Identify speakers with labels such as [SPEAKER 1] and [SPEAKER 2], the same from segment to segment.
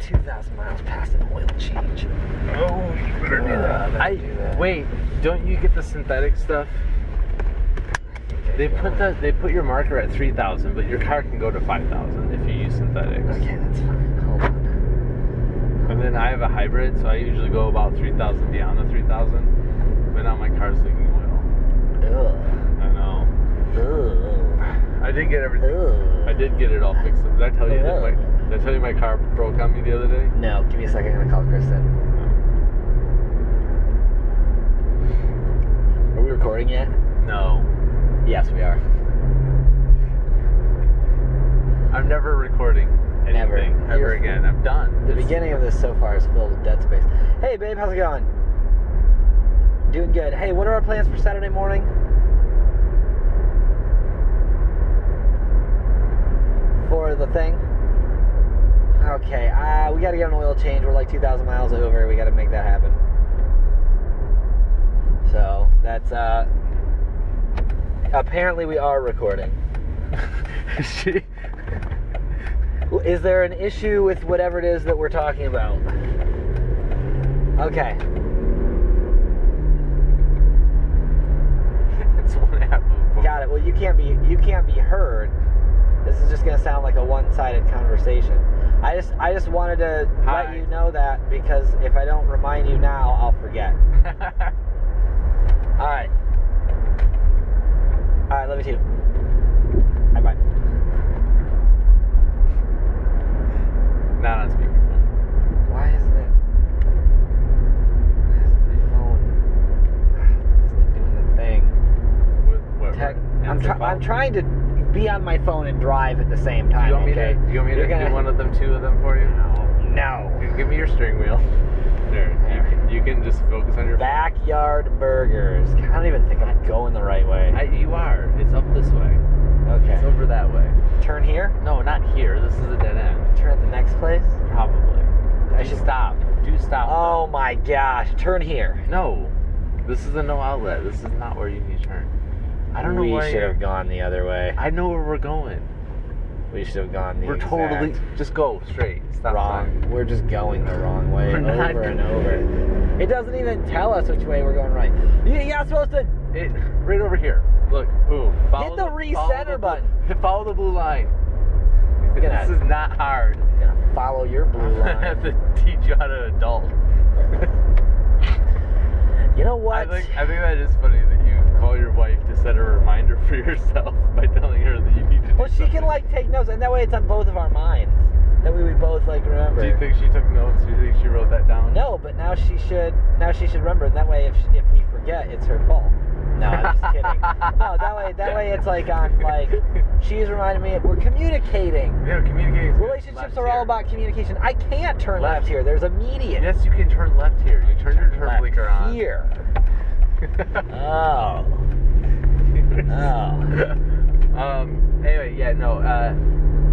[SPEAKER 1] 2,000 miles past an oil change.
[SPEAKER 2] Oh, you better do that.
[SPEAKER 1] Uh,
[SPEAKER 3] I
[SPEAKER 1] do that.
[SPEAKER 3] wait. Don't you get the synthetic stuff? They put the they put your marker at three thousand, but your car can go to five thousand if you use synthetics.
[SPEAKER 1] Okay, that's fine. Hold on.
[SPEAKER 3] And then I have a hybrid, so I usually go about three thousand beyond the three thousand. But now my car's leaking oil.
[SPEAKER 1] Ugh.
[SPEAKER 3] I know.
[SPEAKER 1] Ugh.
[SPEAKER 3] I did get everything.
[SPEAKER 1] Ugh.
[SPEAKER 3] I did get it all fixed. Did I tell you that my did I tell you my car broke on me the other day?
[SPEAKER 1] No, give me a second. I'm gonna call Kristen. Are we recording yet?
[SPEAKER 3] No.
[SPEAKER 1] Yes, we are.
[SPEAKER 3] I'm never recording anything
[SPEAKER 1] Never.
[SPEAKER 3] ever
[SPEAKER 1] You're-
[SPEAKER 3] again. I'm done.
[SPEAKER 1] The
[SPEAKER 3] It's-
[SPEAKER 1] beginning of this so far is filled with dead space. Hey, babe, how's it going? Doing good. Hey, what are our plans for Saturday morning? For the thing? Okay, uh, we gotta get an oil change. We're like 2,000 miles over. We gotta make that happen. So, that's, uh. Apparently, we are recording.
[SPEAKER 3] she,
[SPEAKER 1] Well, Is there an issue with whatever it is that we're talking about? Okay.
[SPEAKER 3] it's one half of a book.
[SPEAKER 1] Got it. Well, you can't be you can't be heard. This is just gonna sound like a one-sided conversation. I just I just wanted to
[SPEAKER 3] Hi.
[SPEAKER 1] let you know that because if I don't remind you now, I'll forget. All right. All right. Love you too. Bye bye.
[SPEAKER 3] Not on speakerphone.
[SPEAKER 1] Why isn't it? Why isn't my phone? Isn't it doing the thing?
[SPEAKER 3] What, what, what-
[SPEAKER 1] Tech, I'm,
[SPEAKER 3] answer
[SPEAKER 1] try- I'm
[SPEAKER 3] phone?
[SPEAKER 1] trying to be on my phone and drive at the same
[SPEAKER 3] Do
[SPEAKER 1] time.
[SPEAKER 3] you want me
[SPEAKER 1] okay?
[SPEAKER 3] to? Do you want me
[SPEAKER 1] You're
[SPEAKER 3] to
[SPEAKER 1] gonna-
[SPEAKER 3] do one of them, two of them for you?
[SPEAKER 1] No.
[SPEAKER 3] Give- Give me your steering wheel. There. You can, you can just focus on your.
[SPEAKER 1] Backyard burgers. God, I don't even think I'm going the right way.
[SPEAKER 3] I, you are. It's up this way. It's
[SPEAKER 1] okay.
[SPEAKER 3] over that way.
[SPEAKER 1] turn here.
[SPEAKER 3] No, not here. This is a dead end.
[SPEAKER 1] Turn at the next place.
[SPEAKER 3] Probably.
[SPEAKER 1] I
[SPEAKER 3] I
[SPEAKER 1] should-
[SPEAKER 3] should stop. Do stop.
[SPEAKER 1] Oh my gosh. Turn here.
[SPEAKER 3] No. This is a no outlet. This is not where you need to turn. I don't know
[SPEAKER 1] we
[SPEAKER 3] why.
[SPEAKER 1] should have gone the other way.
[SPEAKER 3] I know where we're going.
[SPEAKER 1] We should have gone the
[SPEAKER 3] we're
[SPEAKER 1] exact
[SPEAKER 3] totally just go straight. Stop
[SPEAKER 1] wrong.
[SPEAKER 3] sign.
[SPEAKER 1] We're just going the wrong way
[SPEAKER 3] We're not
[SPEAKER 1] over and
[SPEAKER 3] go-
[SPEAKER 1] over. It doesn't even tell us which way we're going right. You- You're not supposed to.
[SPEAKER 3] It right over here. Look, boom. Follow
[SPEAKER 1] the
[SPEAKER 3] follow
[SPEAKER 1] recenter
[SPEAKER 3] the-
[SPEAKER 1] button.
[SPEAKER 3] Follow the blue line.
[SPEAKER 1] Look at
[SPEAKER 3] This
[SPEAKER 1] that.
[SPEAKER 3] is not hard.
[SPEAKER 1] Gonna follow your blue
[SPEAKER 3] I
[SPEAKER 1] line.
[SPEAKER 3] have to teach you how to adult.
[SPEAKER 1] You know what?
[SPEAKER 3] I think I think that is funny that you call your wife to set a reminder for yourself by telling her that you need to. do
[SPEAKER 1] Well, she
[SPEAKER 3] something.
[SPEAKER 1] can like take notes, and that way it's on both of our minds. That way we both like remember.
[SPEAKER 3] Do you think she took notes? Do you think she wrote that down?
[SPEAKER 1] No, but now she should. Now she should remember. And that way, if if we forget, it's her fault. No, I'm just kidding. No, that way that way it's like on like she's reminding me we're communicating.
[SPEAKER 3] Yeah, communicating.
[SPEAKER 1] Relationships are all about communication. I can't turn left,
[SPEAKER 3] Left.
[SPEAKER 1] here. There's a median.
[SPEAKER 3] Yes, you can turn left here. You turn your turn
[SPEAKER 1] Left
[SPEAKER 3] blinker on.
[SPEAKER 1] here. Oh. Oh.
[SPEAKER 3] um. Anyway, yeah, no. Uh,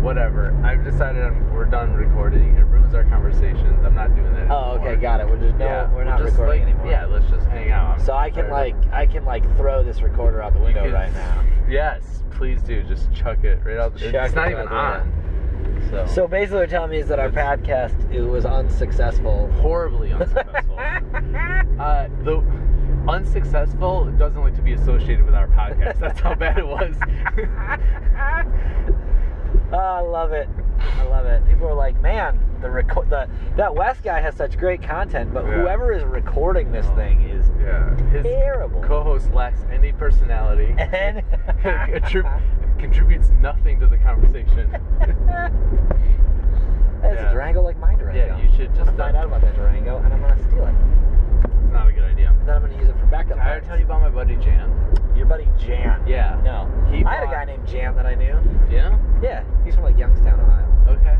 [SPEAKER 3] whatever. I've decided I'm, we're done recording. It ruins our conversations. I'm not doing that.
[SPEAKER 1] Oh, okay,
[SPEAKER 3] anymore.
[SPEAKER 1] got it. We're just no,
[SPEAKER 3] yeah,
[SPEAKER 1] we're not
[SPEAKER 3] just,
[SPEAKER 1] recording
[SPEAKER 3] like,
[SPEAKER 1] anymore.
[SPEAKER 3] Yeah, let's just hang out. I'm
[SPEAKER 1] So I can
[SPEAKER 3] tired.
[SPEAKER 1] like I can like throw this recorder out the
[SPEAKER 3] You
[SPEAKER 1] window
[SPEAKER 3] can-
[SPEAKER 1] right now.
[SPEAKER 3] Yes, please do. Just chuck it right out. The,
[SPEAKER 1] Chuck
[SPEAKER 3] it's
[SPEAKER 1] it
[SPEAKER 3] not
[SPEAKER 1] out
[SPEAKER 3] even
[SPEAKER 1] the
[SPEAKER 3] on. So,
[SPEAKER 1] So basically, what you're telling me is that our podcast it was unsuccessful.
[SPEAKER 3] horribly unsuccessful. uh, the unsuccessful doesn't like to be associated with our podcast. That's how bad it was.
[SPEAKER 1] Oh, I love it. I love it. People are like, man, the record the that West guy has such great content, but
[SPEAKER 3] Yeah.
[SPEAKER 1] whoever is recording this thing is
[SPEAKER 3] yeah, his
[SPEAKER 1] Terrible.
[SPEAKER 3] co-host lacks any personality.
[SPEAKER 1] and
[SPEAKER 3] Contrib- contributes nothing to the conversation.
[SPEAKER 1] That's
[SPEAKER 3] Yeah.
[SPEAKER 1] a Durango like my Durango.
[SPEAKER 3] Yeah, you should
[SPEAKER 1] I'm
[SPEAKER 3] just,
[SPEAKER 1] gonna find
[SPEAKER 3] uh,
[SPEAKER 1] out about that Durango and I'm gonna steal it.
[SPEAKER 3] It's not a good idea.
[SPEAKER 1] And then I'm gonna use it for
[SPEAKER 3] Did
[SPEAKER 1] backup.
[SPEAKER 3] I ever
[SPEAKER 1] parts.
[SPEAKER 3] tell you about my buddy Jan?
[SPEAKER 1] your buddy Jan.
[SPEAKER 3] Yeah.
[SPEAKER 1] No.
[SPEAKER 3] He
[SPEAKER 1] I had a
[SPEAKER 3] bought-
[SPEAKER 1] guy named Jan that I knew.
[SPEAKER 3] Yeah.
[SPEAKER 1] Yeah, he's from like Youngstown, Ohio.
[SPEAKER 3] Okay.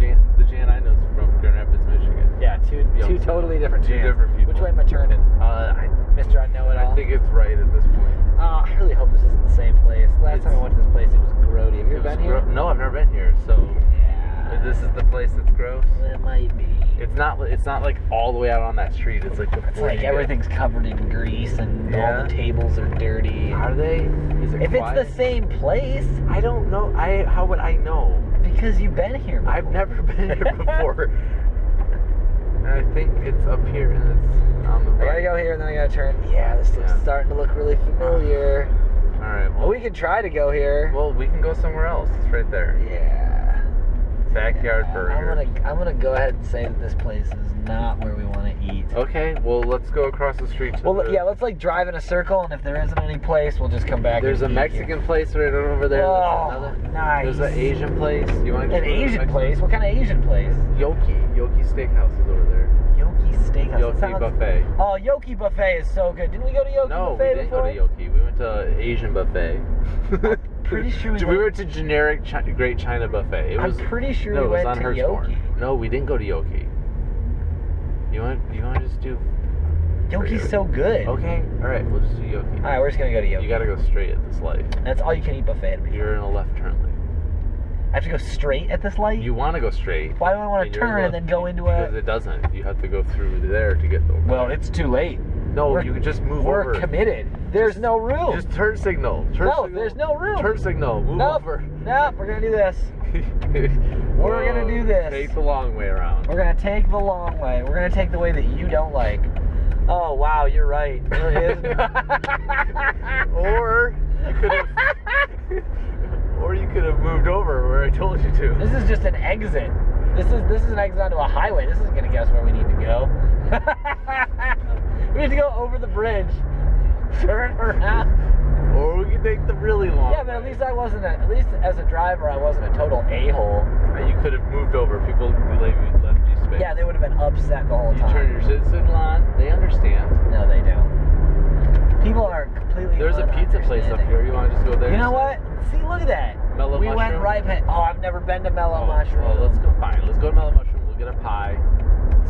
[SPEAKER 3] Jan, the Jan I know is from Grand Rapids, Michigan.
[SPEAKER 1] Yeah, two two
[SPEAKER 3] Youngstown.
[SPEAKER 1] totally different
[SPEAKER 3] Two
[SPEAKER 1] Jans.
[SPEAKER 3] different people.
[SPEAKER 1] Which way am I turning?
[SPEAKER 3] Uh, I,
[SPEAKER 1] Mr. I know it all.
[SPEAKER 3] I think it's right at this point.
[SPEAKER 1] Uh, I really hope this isn't the same place. Last time I
[SPEAKER 3] It's-
[SPEAKER 1] went to this place, it was grody. Have
[SPEAKER 3] It
[SPEAKER 1] you ever
[SPEAKER 3] was
[SPEAKER 1] been here?
[SPEAKER 3] gro- no, I've never been here. So
[SPEAKER 1] yeah.
[SPEAKER 3] this is the place that's gross.
[SPEAKER 1] It might be.
[SPEAKER 3] It's not. It's not like all the way out on that street. It's like
[SPEAKER 1] It's like everything's covered in grease and all
[SPEAKER 3] Yeah.
[SPEAKER 1] the tables are dirty.
[SPEAKER 3] Are they? Is it
[SPEAKER 1] If it's
[SPEAKER 3] quiet?
[SPEAKER 1] the same place,
[SPEAKER 3] I don't know. I how would I know?
[SPEAKER 1] because Because you've been here. before.
[SPEAKER 3] I've never been here before. and I think it's up here and it's on the
[SPEAKER 1] I
[SPEAKER 3] right.
[SPEAKER 1] gotta go here and then I gotta turn. Yeah, this looks
[SPEAKER 3] Yeah.
[SPEAKER 1] starting to look really familiar.
[SPEAKER 3] All right. Well,
[SPEAKER 1] Well, we can try to go here.
[SPEAKER 3] well, we can go somewhere else. It's right there.
[SPEAKER 1] yeah.
[SPEAKER 3] Backyard burger.
[SPEAKER 1] I'm gonna I'm gonna go ahead and say that this place is not where we want to eat.
[SPEAKER 3] Okay. Well, let's go across the street. To
[SPEAKER 1] Well,
[SPEAKER 3] the-
[SPEAKER 1] yeah, let's like drive in a circle, and if there isn't any place, we'll just come back.
[SPEAKER 3] There's a
[SPEAKER 1] and eat here.
[SPEAKER 3] Mexican place right over there.
[SPEAKER 1] Oh,
[SPEAKER 3] There's another.
[SPEAKER 1] nice.
[SPEAKER 3] There's an Asian place. You want to
[SPEAKER 1] An Asian place? What kind of Asian place?
[SPEAKER 3] Yoki. Yoki Steakhouse is over there.
[SPEAKER 1] Yoki Steakhouse.
[SPEAKER 3] Yoki
[SPEAKER 1] It sounds-
[SPEAKER 3] Buffet.
[SPEAKER 1] Oh, Yoki Buffet is so good. Didn't we go to Yoki
[SPEAKER 3] no, we
[SPEAKER 1] Buffet
[SPEAKER 3] didn't
[SPEAKER 1] before?
[SPEAKER 3] go to Yoki. We went to Asian buffet.
[SPEAKER 1] pretty sure we
[SPEAKER 3] we
[SPEAKER 1] went-
[SPEAKER 3] went to generic chi- Great China buffet. It
[SPEAKER 1] I'm
[SPEAKER 3] was
[SPEAKER 1] pretty sure
[SPEAKER 3] no,
[SPEAKER 1] we
[SPEAKER 3] it was
[SPEAKER 1] went
[SPEAKER 3] on
[SPEAKER 1] to
[SPEAKER 3] Hirschhorn.
[SPEAKER 1] Yoki.
[SPEAKER 3] No, we didn't go to Yoki. You want? You want to just do?
[SPEAKER 1] Yoki's so good.
[SPEAKER 3] Okay. All right. We'll just do Yoki.
[SPEAKER 1] All right, we're just gonna go to Yoki.
[SPEAKER 3] You gotta go straight at this light.
[SPEAKER 1] That's all you can eat buffet. It'll be
[SPEAKER 3] You're in a left turn lane.
[SPEAKER 1] I have to go straight at this light.
[SPEAKER 3] You want to go straight.
[SPEAKER 1] Why do I want
[SPEAKER 3] and
[SPEAKER 1] to
[SPEAKER 3] you're in
[SPEAKER 1] turn and
[SPEAKER 3] left
[SPEAKER 1] then go
[SPEAKER 3] lane?
[SPEAKER 1] into
[SPEAKER 3] Because
[SPEAKER 1] a?
[SPEAKER 3] it doesn't. You have to go through there to get over.
[SPEAKER 1] Well, it's too late.
[SPEAKER 3] no,
[SPEAKER 1] we're-
[SPEAKER 3] you can just move
[SPEAKER 1] We're
[SPEAKER 3] over.
[SPEAKER 1] committed. There's no room.
[SPEAKER 3] Just turn signal. Turn
[SPEAKER 1] No,
[SPEAKER 3] signal.
[SPEAKER 1] there's no room.
[SPEAKER 3] Turn signal. Move
[SPEAKER 1] nope.
[SPEAKER 3] over.
[SPEAKER 1] Nope. We're gonna do this.
[SPEAKER 3] We're
[SPEAKER 1] gonna do this.
[SPEAKER 3] Take the long way around.
[SPEAKER 1] We're gonna take the long way. We're gonna take the way that you don't like. Oh wow, you're right. There is-
[SPEAKER 3] or you could have, or you could have moved over where I told you to.
[SPEAKER 1] this is just an exit. This is this is an exit onto a highway. This isn't gonna get us where we need to go. we have to go over the bridge. Turn around.
[SPEAKER 3] Or we could take the really long.
[SPEAKER 1] Yeah, but at
[SPEAKER 3] way.
[SPEAKER 1] least I wasn't. A, at least as a driver, I wasn't a total a-hole.
[SPEAKER 3] Uh, you could have moved over. People leave- left you space.
[SPEAKER 1] Yeah, they would have been upset the whole
[SPEAKER 3] You
[SPEAKER 1] time.
[SPEAKER 3] turn your citizen on. They understand.
[SPEAKER 1] No, they don't. People are completely.
[SPEAKER 3] There's a pizza place up
[SPEAKER 1] ununderstanding.
[SPEAKER 3] here. You want to just go there?
[SPEAKER 1] You know
[SPEAKER 3] instead?
[SPEAKER 1] what? See, look at that.
[SPEAKER 3] Mellow
[SPEAKER 1] we went
[SPEAKER 3] mushroom?
[SPEAKER 1] right past. Oh, I've never been to Mellow
[SPEAKER 3] Oh,
[SPEAKER 1] Mushroom.
[SPEAKER 3] Well, let's go. Fine. Let's go to Mellow Mushroom. We'll get a pie.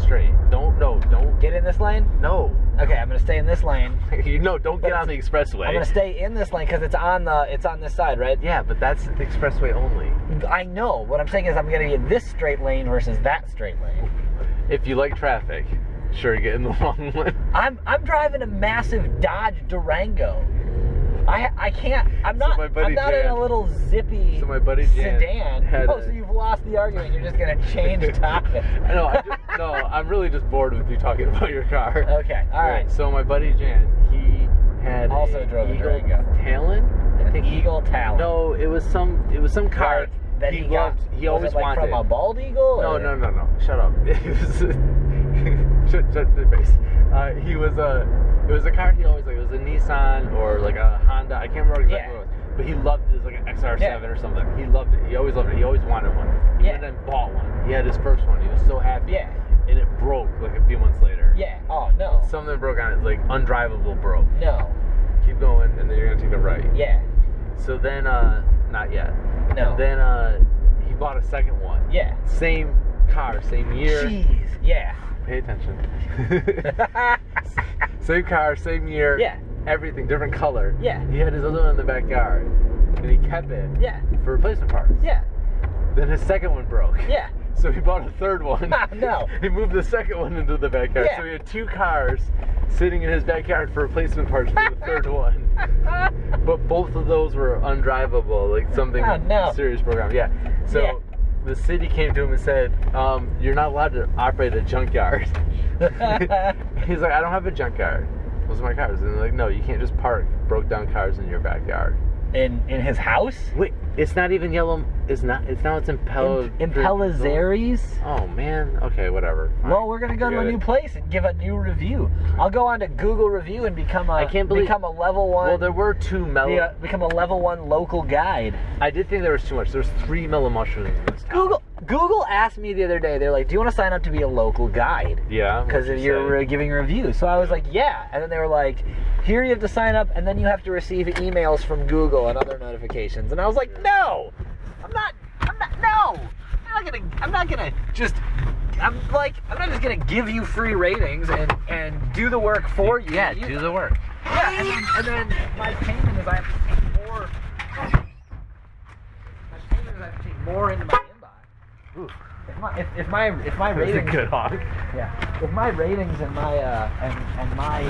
[SPEAKER 3] Straight. Don't. No. Don't.
[SPEAKER 1] get in this lane.
[SPEAKER 3] No.
[SPEAKER 1] Okay, I'm gonna stay in this lane.
[SPEAKER 3] you know. Don't get on the expressway.
[SPEAKER 1] I'm gonna stay in this lane because it's on the it's on this side, right?
[SPEAKER 3] Yeah, but that's the expressway only.
[SPEAKER 1] I know. What I'm saying is I'm gonna get this straight lane versus that straight lane.
[SPEAKER 3] If you like traffic, sure, get in the long one.
[SPEAKER 1] I'm I'm driving a massive Dodge Durango. I I can't. I'm
[SPEAKER 3] So
[SPEAKER 1] not.
[SPEAKER 3] my buddy
[SPEAKER 1] I'm not in
[SPEAKER 3] Jan-
[SPEAKER 1] a little zippy.
[SPEAKER 3] so my buddy Jan
[SPEAKER 1] sedan.
[SPEAKER 3] had
[SPEAKER 1] oh,
[SPEAKER 3] a-
[SPEAKER 1] so you've lost the argument. You're just gonna change topic.
[SPEAKER 3] no, I'm just, no, I'm really just bored with you talking about your car.
[SPEAKER 1] Okay. All right.
[SPEAKER 3] So my buddy Jan, he had
[SPEAKER 1] Also
[SPEAKER 3] a
[SPEAKER 1] drove a
[SPEAKER 3] Eagle
[SPEAKER 1] Durango.
[SPEAKER 3] Talon. I think he-
[SPEAKER 1] Eagle Talon.
[SPEAKER 3] No, it was some. It was some car
[SPEAKER 1] Like, that he, got.
[SPEAKER 3] loved. He
[SPEAKER 1] was
[SPEAKER 3] always
[SPEAKER 1] it, like,
[SPEAKER 3] wanted.
[SPEAKER 1] from a bald eagle.
[SPEAKER 3] No,
[SPEAKER 1] or-
[SPEAKER 3] no, no, no. Shut up. It was shut, shut your face. Uh, he was a. It was a car he always like. It was a Nissan or like a Honda. I can't remember exactly
[SPEAKER 1] Yeah.
[SPEAKER 3] what it was. But he loved. It was like an XR7
[SPEAKER 1] Yeah.
[SPEAKER 3] or something. He loved it. He always loved it. He always wanted one. He
[SPEAKER 1] Yeah.
[SPEAKER 3] went and bought one. He had his first one. He was so happy.
[SPEAKER 1] Yeah.
[SPEAKER 3] And it broke like a few months later.
[SPEAKER 1] Yeah. Oh no.
[SPEAKER 3] Something broke on it, like undrivable broke.
[SPEAKER 1] no.
[SPEAKER 3] Keep going, and then you're gonna take a right.
[SPEAKER 1] Yeah.
[SPEAKER 3] So then, uh, not yet.
[SPEAKER 1] No.
[SPEAKER 3] Then uh, he bought a second one.
[SPEAKER 1] yeah.
[SPEAKER 3] Same car, same year.
[SPEAKER 1] Jeez. Yeah.
[SPEAKER 3] Pay attention. same car, same year.
[SPEAKER 1] Yeah.
[SPEAKER 3] Everything, different color.
[SPEAKER 1] Yeah.
[SPEAKER 3] He had his other one in the backyard, and he kept it
[SPEAKER 1] yeah.
[SPEAKER 3] for replacement parts.
[SPEAKER 1] Yeah.
[SPEAKER 3] Then his second one broke.
[SPEAKER 1] Yeah.
[SPEAKER 3] So he bought a third one.
[SPEAKER 1] No.
[SPEAKER 3] He moved the second one into the backyard.
[SPEAKER 1] Yeah.
[SPEAKER 3] So he had two cars sitting in his backyard for replacement parts for the third one. But both of those were undrivable, like something
[SPEAKER 1] Oh, no.
[SPEAKER 3] serious program. Yeah. So
[SPEAKER 1] Yeah.
[SPEAKER 3] the city came to him and said, um, "You're not allowed to operate a junkyard." He's like, "I don't have a junkyard. Those are my cars." And they're like, "No, you can't just park broke down cars in your backyard."
[SPEAKER 1] in in his house.
[SPEAKER 3] Wait, it's not even yellow. It's not. It's now. It's in Palo.
[SPEAKER 1] In, in Pelizari's.
[SPEAKER 3] Oh man. Okay, whatever. Fine.
[SPEAKER 1] Well, we're gonna go to a
[SPEAKER 3] Forget
[SPEAKER 1] new
[SPEAKER 3] it.
[SPEAKER 1] place and give a new review. I'll go on to Google review and become a
[SPEAKER 3] I can't believe-
[SPEAKER 1] become a level one.
[SPEAKER 3] Well, there were two mellow.
[SPEAKER 1] be a- become a level one local guide.
[SPEAKER 3] I did think there was too much. There's three mellow mushrooms in this. town.
[SPEAKER 1] Google Google asked me the other day. They're like, "Do you want to sign up to be a local guide?"
[SPEAKER 3] Yeah.
[SPEAKER 1] because
[SPEAKER 3] what'd you
[SPEAKER 1] you're
[SPEAKER 3] say?
[SPEAKER 1] re- giving a review. So I was like, yeah. And then they were like, here you have to sign up, and then you have to receive emails from Google and other notifications. And I was like, no, I'm not, I'm not, no, I'm not gonna, I'm not gonna just, I'm like, I'm not just gonna give you free ratings and and do the work for you.
[SPEAKER 3] Yeah,
[SPEAKER 1] You-
[SPEAKER 3] do the work.
[SPEAKER 1] yeah, and then, and then my payment is I have to pay more. My payment is I have to pay more into my inbox.
[SPEAKER 3] Ooh,
[SPEAKER 1] If my if, if my if my
[SPEAKER 3] that was a
[SPEAKER 1] ratings
[SPEAKER 3] good honk.
[SPEAKER 1] yeah. If my ratings and my uh and, and my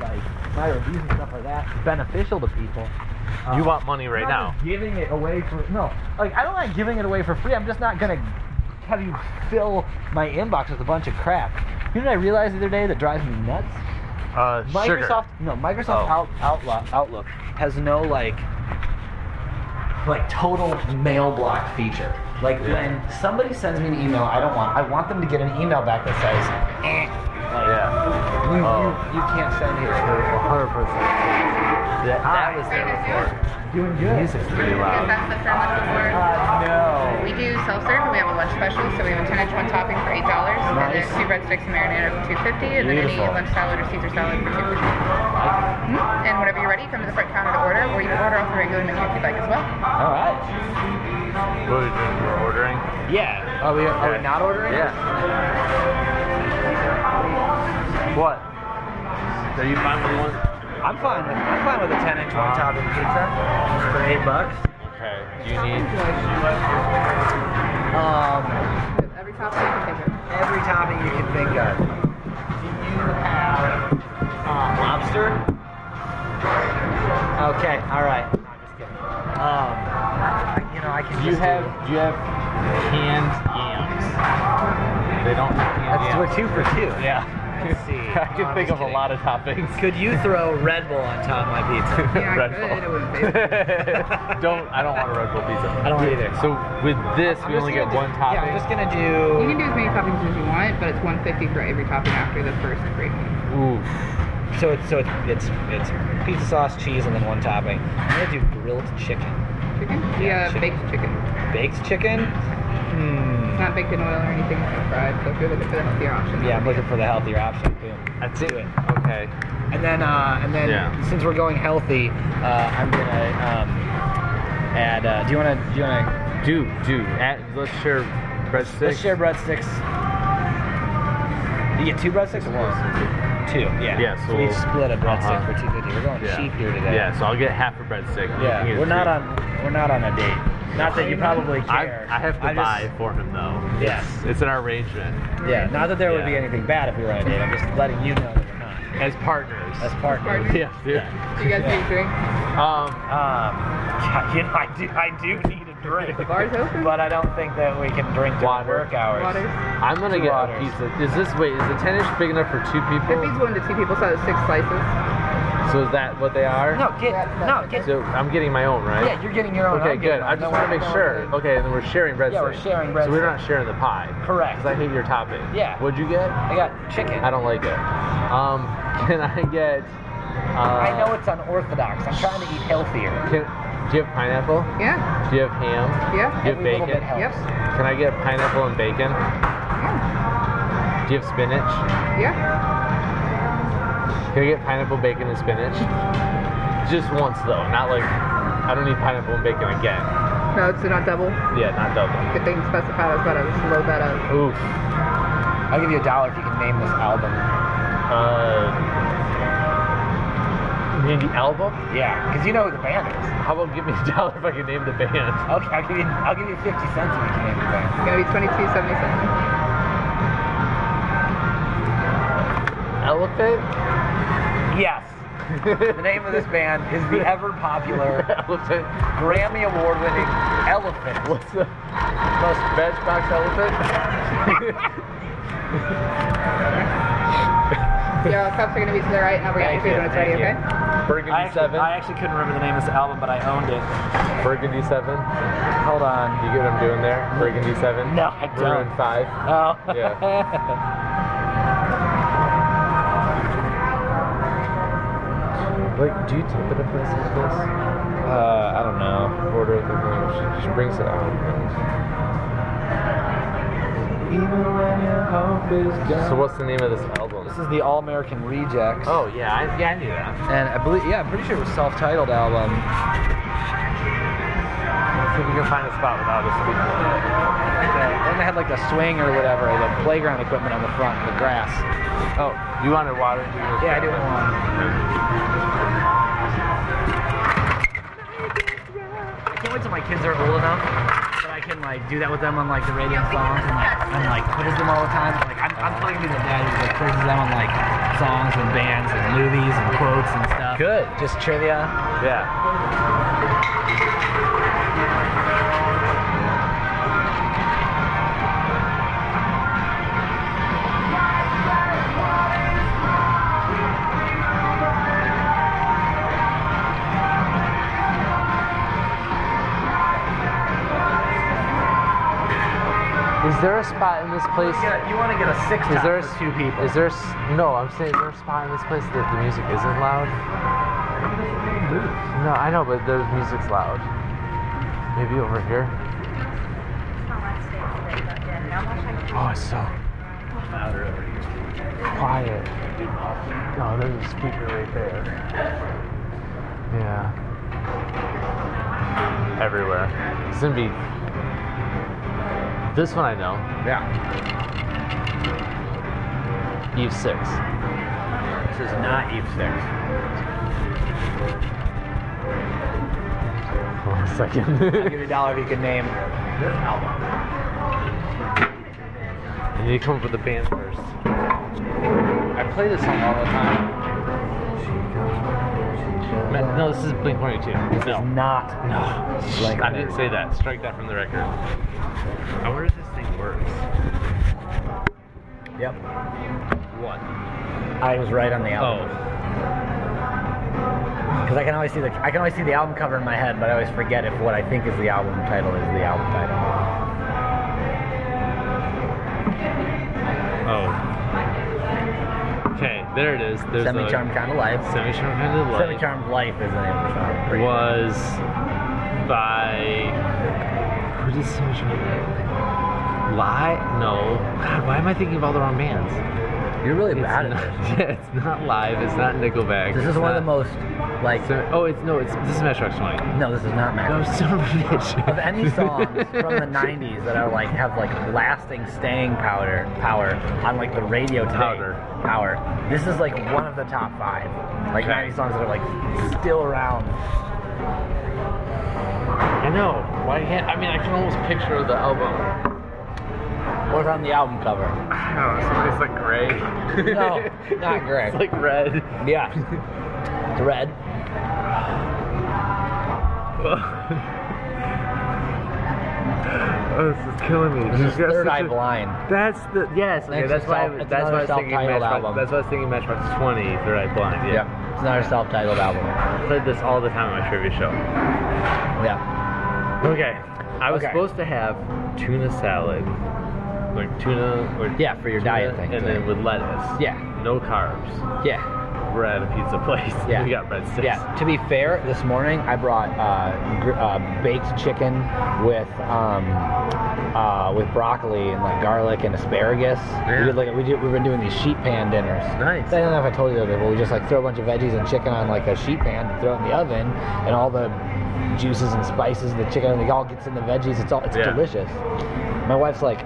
[SPEAKER 1] like my reviews and stuff like that beneficial to people, Uh,
[SPEAKER 4] you want money right
[SPEAKER 1] I'm not
[SPEAKER 4] now.
[SPEAKER 1] just Giving it away for no, like I don't like giving it away for free. I'm just not gonna have you fill my inbox with a bunch of crap. You know what I realized the other day that drives me nuts?
[SPEAKER 4] Uh, sugar.
[SPEAKER 1] Microsoft no Microsoft
[SPEAKER 4] Oh.
[SPEAKER 1] Out, Outlook Outlook has no like like total mail block feature. Like when somebody sends me an email I don't want, I want them to get an email back that says, eh, like,
[SPEAKER 3] Yeah.
[SPEAKER 1] you, you-
[SPEAKER 3] Oh.
[SPEAKER 1] you, can't send here for 100 percent.
[SPEAKER 3] That, that was there before.
[SPEAKER 1] Doing good. Music's
[SPEAKER 3] pretty loud.
[SPEAKER 5] Because that's the fair lunch award.
[SPEAKER 1] no.
[SPEAKER 5] We do self-serve and we have a lunch special, so we have a 10 inch one topping for $8. And
[SPEAKER 1] Nice.
[SPEAKER 5] there's two breadsticks and marinara for 250 and then any
[SPEAKER 3] Beautiful.
[SPEAKER 5] lunch salad or Caesar salad for 250 Mhm. And whenever you're ready, come to the front counter to order, or you can order off the regular menu if you'd like as well.
[SPEAKER 1] All right.
[SPEAKER 4] What are we doing? We're ordering.
[SPEAKER 1] Yeah. Are we, are we not ordering?
[SPEAKER 3] Yeah. What? Are you fine with one?
[SPEAKER 1] I'm fine with I'm fine with a 10 inch one topping pizza for eight bucks.
[SPEAKER 3] Okay. Do you need?
[SPEAKER 1] Um,
[SPEAKER 5] We have every topping you can think of.
[SPEAKER 1] every topping you can think of. Do you have uh, lobster? Okay. All right. No, I'm just kidding. Um, I- you know I can.
[SPEAKER 3] Do you
[SPEAKER 1] just
[SPEAKER 3] have? Do you have canned yams? They don't have
[SPEAKER 1] Do,
[SPEAKER 3] canned
[SPEAKER 1] let's do
[SPEAKER 3] yams.
[SPEAKER 1] a two for two.
[SPEAKER 3] Yeah.
[SPEAKER 1] Let's see.
[SPEAKER 3] I
[SPEAKER 1] No,
[SPEAKER 3] can
[SPEAKER 1] I'm
[SPEAKER 3] think of
[SPEAKER 1] just
[SPEAKER 3] a
[SPEAKER 1] kidding.
[SPEAKER 3] lot of toppings.
[SPEAKER 1] Could you throw Red Bull on top of my pizza?
[SPEAKER 5] Yeah, I
[SPEAKER 3] Red
[SPEAKER 5] could,
[SPEAKER 3] Bull.
[SPEAKER 5] it wouldn't be.
[SPEAKER 3] don't. I don't want a Red Bull pizza.
[SPEAKER 1] I don't want either.
[SPEAKER 3] So with this, we only get
[SPEAKER 1] gonna do-
[SPEAKER 3] one
[SPEAKER 1] Yeah,
[SPEAKER 3] topping.
[SPEAKER 1] I'm just gonna do.
[SPEAKER 5] You can do as many toppings as you want, but it's 150 for every topping after the first three.
[SPEAKER 3] Ooh.
[SPEAKER 1] So it's so it's it's pizza sauce, cheese, and then one topping. I'm gonna do grilled chicken.
[SPEAKER 5] Chicken?
[SPEAKER 1] Yeah,
[SPEAKER 5] Yeah,
[SPEAKER 1] chicken.
[SPEAKER 5] baked chicken.
[SPEAKER 1] baked chicken.
[SPEAKER 5] It's
[SPEAKER 1] Hmm.
[SPEAKER 5] not baked in oil or anything, it's not fried, so if you're looking for the healthier option.
[SPEAKER 1] Yeah, I'm looking for the healthier option. Boom.
[SPEAKER 3] That's
[SPEAKER 1] Do
[SPEAKER 3] it.
[SPEAKER 1] it.
[SPEAKER 3] Hmm, Okay.
[SPEAKER 1] And then, uh, and then,
[SPEAKER 3] Yeah.
[SPEAKER 1] since we're going healthy, uh, I'm gonna um, add. Uh, do you wanna? Do you wanna?
[SPEAKER 3] Do do. At, let's share breadsticks.
[SPEAKER 1] Let's share breadsticks. You get two breadsticks or one? Two. Yeah.
[SPEAKER 3] Yeah, so
[SPEAKER 1] we
[SPEAKER 3] we'll-
[SPEAKER 1] split a breadstick
[SPEAKER 3] uh-huh.
[SPEAKER 1] for two fifty. We're going
[SPEAKER 3] Yeah.
[SPEAKER 1] cheap here today.
[SPEAKER 3] Yeah. So I'll get half a breadstick. You
[SPEAKER 1] Yeah.
[SPEAKER 3] can get
[SPEAKER 1] We're not
[SPEAKER 3] two.
[SPEAKER 1] on. We're not on a date. Not that you probably
[SPEAKER 3] I,
[SPEAKER 1] care.
[SPEAKER 3] I have to
[SPEAKER 1] I'm just-
[SPEAKER 3] buy for him though.
[SPEAKER 1] Yes.
[SPEAKER 3] It's, it's an arrangement.
[SPEAKER 1] Yeah. Not that there would be
[SPEAKER 3] Yeah.
[SPEAKER 1] anything bad if we were on a date. I'm just letting you know that we're not.
[SPEAKER 3] As partners.
[SPEAKER 1] As partners.
[SPEAKER 5] Partners.
[SPEAKER 3] yeah, dude.
[SPEAKER 5] Do you guys need a drink?
[SPEAKER 3] Um,
[SPEAKER 1] Um, yeah, you know, I do, I do need a drink.
[SPEAKER 5] Bar's open?
[SPEAKER 1] But I don't think that we can drink during
[SPEAKER 3] Water.
[SPEAKER 1] work hours.
[SPEAKER 5] Water?
[SPEAKER 3] I'm gonna
[SPEAKER 1] Two
[SPEAKER 3] get
[SPEAKER 1] waters.
[SPEAKER 3] a pizza. Is this wait? Is the ten inch big enough for two
[SPEAKER 5] It
[SPEAKER 3] people?
[SPEAKER 5] feeds one to two people, so it's six slices.
[SPEAKER 3] So is that what they are?
[SPEAKER 1] No, get, no, get.
[SPEAKER 3] So I'm getting my own, right?
[SPEAKER 1] Yeah, you're getting your own.
[SPEAKER 3] Okay,
[SPEAKER 1] I'm
[SPEAKER 3] good.
[SPEAKER 1] getting
[SPEAKER 3] I
[SPEAKER 1] mine.
[SPEAKER 3] just
[SPEAKER 1] No,
[SPEAKER 3] want to
[SPEAKER 1] I'm
[SPEAKER 3] make
[SPEAKER 1] going
[SPEAKER 3] sure.
[SPEAKER 1] with-
[SPEAKER 3] Okay, and then we're sharing breadsticks.
[SPEAKER 1] Yeah, we're sharing
[SPEAKER 3] So we're
[SPEAKER 1] breadsticks.
[SPEAKER 3] not sharing the pie.
[SPEAKER 1] Correct.
[SPEAKER 3] Because I hate your topping.
[SPEAKER 1] Yeah.
[SPEAKER 3] What'd you get?
[SPEAKER 1] I got chicken.
[SPEAKER 3] I don't like it. Um, can I get? Uh,
[SPEAKER 1] I know it's unorthodox. I'm trying to eat healthier.
[SPEAKER 3] Can, do you have pineapple?
[SPEAKER 5] Yeah,
[SPEAKER 3] Do you have ham?
[SPEAKER 5] yeah,
[SPEAKER 3] Do you have
[SPEAKER 1] Every little bit
[SPEAKER 3] bacon?
[SPEAKER 1] helps.
[SPEAKER 5] Yep.
[SPEAKER 3] Can I get pineapple and bacon?
[SPEAKER 5] yeah,
[SPEAKER 3] Do you have spinach?
[SPEAKER 5] yeah.
[SPEAKER 3] Can I get pineapple, bacon, and spinach? Just once though, not like I don't need pineapple and bacon again.
[SPEAKER 5] No, it's not double.
[SPEAKER 3] Yeah, not double.
[SPEAKER 5] Good thing you specified as well. I just load that up.
[SPEAKER 3] Oof.
[SPEAKER 1] I'll give you a dollar if you can name this album.
[SPEAKER 3] Uh, you need the album?
[SPEAKER 1] Yeah, because you know who the band is.
[SPEAKER 3] How about give me a dollar if I can name the band?
[SPEAKER 1] Okay, I'll give you, I'll give you 50 cents if you can name the band.
[SPEAKER 5] It's gonna be twenty-two seventy-seven.
[SPEAKER 3] Elephant?
[SPEAKER 1] Yes. The name of this band is the ever popular
[SPEAKER 3] Elephant.
[SPEAKER 1] Grammy Award winning Elephant.
[SPEAKER 3] What's the most matchbox elephant?
[SPEAKER 5] Yeah, all cups are gonna be to the right. Now we're
[SPEAKER 1] Thank
[SPEAKER 5] gonna do
[SPEAKER 1] you,
[SPEAKER 5] when it's ready.
[SPEAKER 1] thank
[SPEAKER 5] Okay.
[SPEAKER 1] you.
[SPEAKER 3] Burgundy
[SPEAKER 1] I actually,
[SPEAKER 3] seven.
[SPEAKER 1] I actually couldn't remember the name of this album, but I owned it.
[SPEAKER 3] Burgundy seven.
[SPEAKER 1] Hold on.
[SPEAKER 3] You get what I'm doing there? Burgundy seven.
[SPEAKER 1] No, I
[SPEAKER 3] Maroon
[SPEAKER 1] don't.
[SPEAKER 3] five.
[SPEAKER 1] Oh.
[SPEAKER 3] Like, do you tip it up this?
[SPEAKER 1] uh, I don't know.
[SPEAKER 3] Order of the room. She, she brings it out. So what's the name of this album?
[SPEAKER 1] This is the All American Rejects.
[SPEAKER 3] oh yeah, I, yeah I knew that.
[SPEAKER 1] And I believe, yeah, I'm pretty sure it was self-titled album.
[SPEAKER 3] Let's see if we can find a spot without us speaking.
[SPEAKER 1] And they had like a swing or whatever, the playground equipment on the front, the grass.
[SPEAKER 3] Oh, you wanted water? Do you want
[SPEAKER 1] Yeah, I do want I can't wait till my kids are old enough that I can like do that with them on like the radio songs and like, and, like quiz them all the time. Like I'm I'm fucking the dad who like quizzes them on like songs and bands and movies and quotes and stuff.
[SPEAKER 6] Good. Just trivia.
[SPEAKER 4] Yeah.
[SPEAKER 3] Is there a spot in this place?
[SPEAKER 1] you want to get a six
[SPEAKER 3] Is there a,
[SPEAKER 1] for two people?
[SPEAKER 3] Is there? s- No, I'm saying is there a spot in this place that the music isn't loud? No, I know, but the music's loud. Maybe over here. Oh, it's so quiet. Oh, there's a speaker right there. Yeah,
[SPEAKER 4] Everywhere.
[SPEAKER 3] it's gonna be. This one I know.
[SPEAKER 6] Yeah.
[SPEAKER 3] Eve six.
[SPEAKER 1] This is not Eve Six.
[SPEAKER 3] Hold on a
[SPEAKER 6] I'll
[SPEAKER 3] second.
[SPEAKER 6] give you a dollar if you can name this album.
[SPEAKER 3] you need to come up with the band first.
[SPEAKER 6] I play this song all the time.
[SPEAKER 3] Ma- No, this is Blink 182. No.
[SPEAKER 1] Not.
[SPEAKER 3] No, I didn't say that. Strike that from the record. I wonder if this thing works.
[SPEAKER 6] Yep.
[SPEAKER 3] What?
[SPEAKER 1] I was right on the album
[SPEAKER 3] Oh,
[SPEAKER 1] because I can always see the I can always see the album cover in my head, but I always forget if what I think is the album title is the album title.
[SPEAKER 3] oh. Okay, there it is. There's
[SPEAKER 1] Semi Charmed Kind of Life.
[SPEAKER 3] Semi Charm kind of
[SPEAKER 1] Semi Charmed Life is the name of the song. Pretty-
[SPEAKER 3] was by who did Semi Charmed? Lie? No. God, why am I thinking of all the wrong bands?
[SPEAKER 1] You're really
[SPEAKER 3] It's
[SPEAKER 1] bad at
[SPEAKER 3] not,
[SPEAKER 1] this.
[SPEAKER 3] yeah, it's not live. It's not Nickelback.
[SPEAKER 1] This is
[SPEAKER 3] it's
[SPEAKER 1] one of the
[SPEAKER 3] not-
[SPEAKER 1] most like.
[SPEAKER 3] Semi- oh, it's no. It's this is Metro X20.
[SPEAKER 1] No, this is not Mac.
[SPEAKER 3] Oh, son of a bitch.
[SPEAKER 1] of any songs from the 90s that are like have like lasting staying powder power on like the radio today,
[SPEAKER 3] Powder.
[SPEAKER 1] power this is like one of the top five like
[SPEAKER 3] Okay.
[SPEAKER 1] 90 songs that are like still around
[SPEAKER 3] I know. Why can't I mean I can almost picture the album.
[SPEAKER 1] or on the album cover
[SPEAKER 4] I don't know, somebody's like gray.
[SPEAKER 1] No, not gray.
[SPEAKER 3] It's like red.
[SPEAKER 1] yeah it's red
[SPEAKER 4] Oh, this is killing me.
[SPEAKER 1] this is
[SPEAKER 4] That's
[SPEAKER 1] third
[SPEAKER 4] such
[SPEAKER 1] eye
[SPEAKER 4] a-
[SPEAKER 1] blind
[SPEAKER 4] That's the yes. Okay,
[SPEAKER 1] Next
[SPEAKER 4] that's
[SPEAKER 1] is
[SPEAKER 4] why.
[SPEAKER 1] self-
[SPEAKER 4] I,
[SPEAKER 1] it's
[SPEAKER 4] that's why I
[SPEAKER 1] another
[SPEAKER 4] was thinking
[SPEAKER 1] self-titled
[SPEAKER 4] Matchbox.
[SPEAKER 1] album.
[SPEAKER 4] That's why I was thinking Matchbox 20, Third Eye Blind. Yeah.
[SPEAKER 1] it's not a self-titled album
[SPEAKER 4] I played this all the time on my trivia show.
[SPEAKER 1] yeah
[SPEAKER 4] Okay. I was
[SPEAKER 1] Okay.
[SPEAKER 4] supposed to have tuna salad, like tuna or
[SPEAKER 1] Yeah, for your
[SPEAKER 4] tuna
[SPEAKER 1] diet thing,
[SPEAKER 4] and then
[SPEAKER 1] right.
[SPEAKER 4] with lettuce.
[SPEAKER 1] yeah
[SPEAKER 4] No carbs.
[SPEAKER 1] yeah
[SPEAKER 4] We're at a pizza place.
[SPEAKER 1] Yeah.
[SPEAKER 4] We got breadsticks.
[SPEAKER 1] yeah to be fair this morning i brought uh, gr- uh baked chicken with um uh, with broccoli and like garlic and asparagus. We
[SPEAKER 4] Yeah.
[SPEAKER 1] did like we did, we've been doing these sheet pan dinners.
[SPEAKER 4] Nice.
[SPEAKER 1] I don't know if I told you about it, but we just like throw a bunch of veggies and chicken on like a sheet pan and throw it in the oven, and all the juices and spices and the chicken and it all gets in the veggies. It's all it's
[SPEAKER 4] Yeah.
[SPEAKER 1] delicious. My wife's like.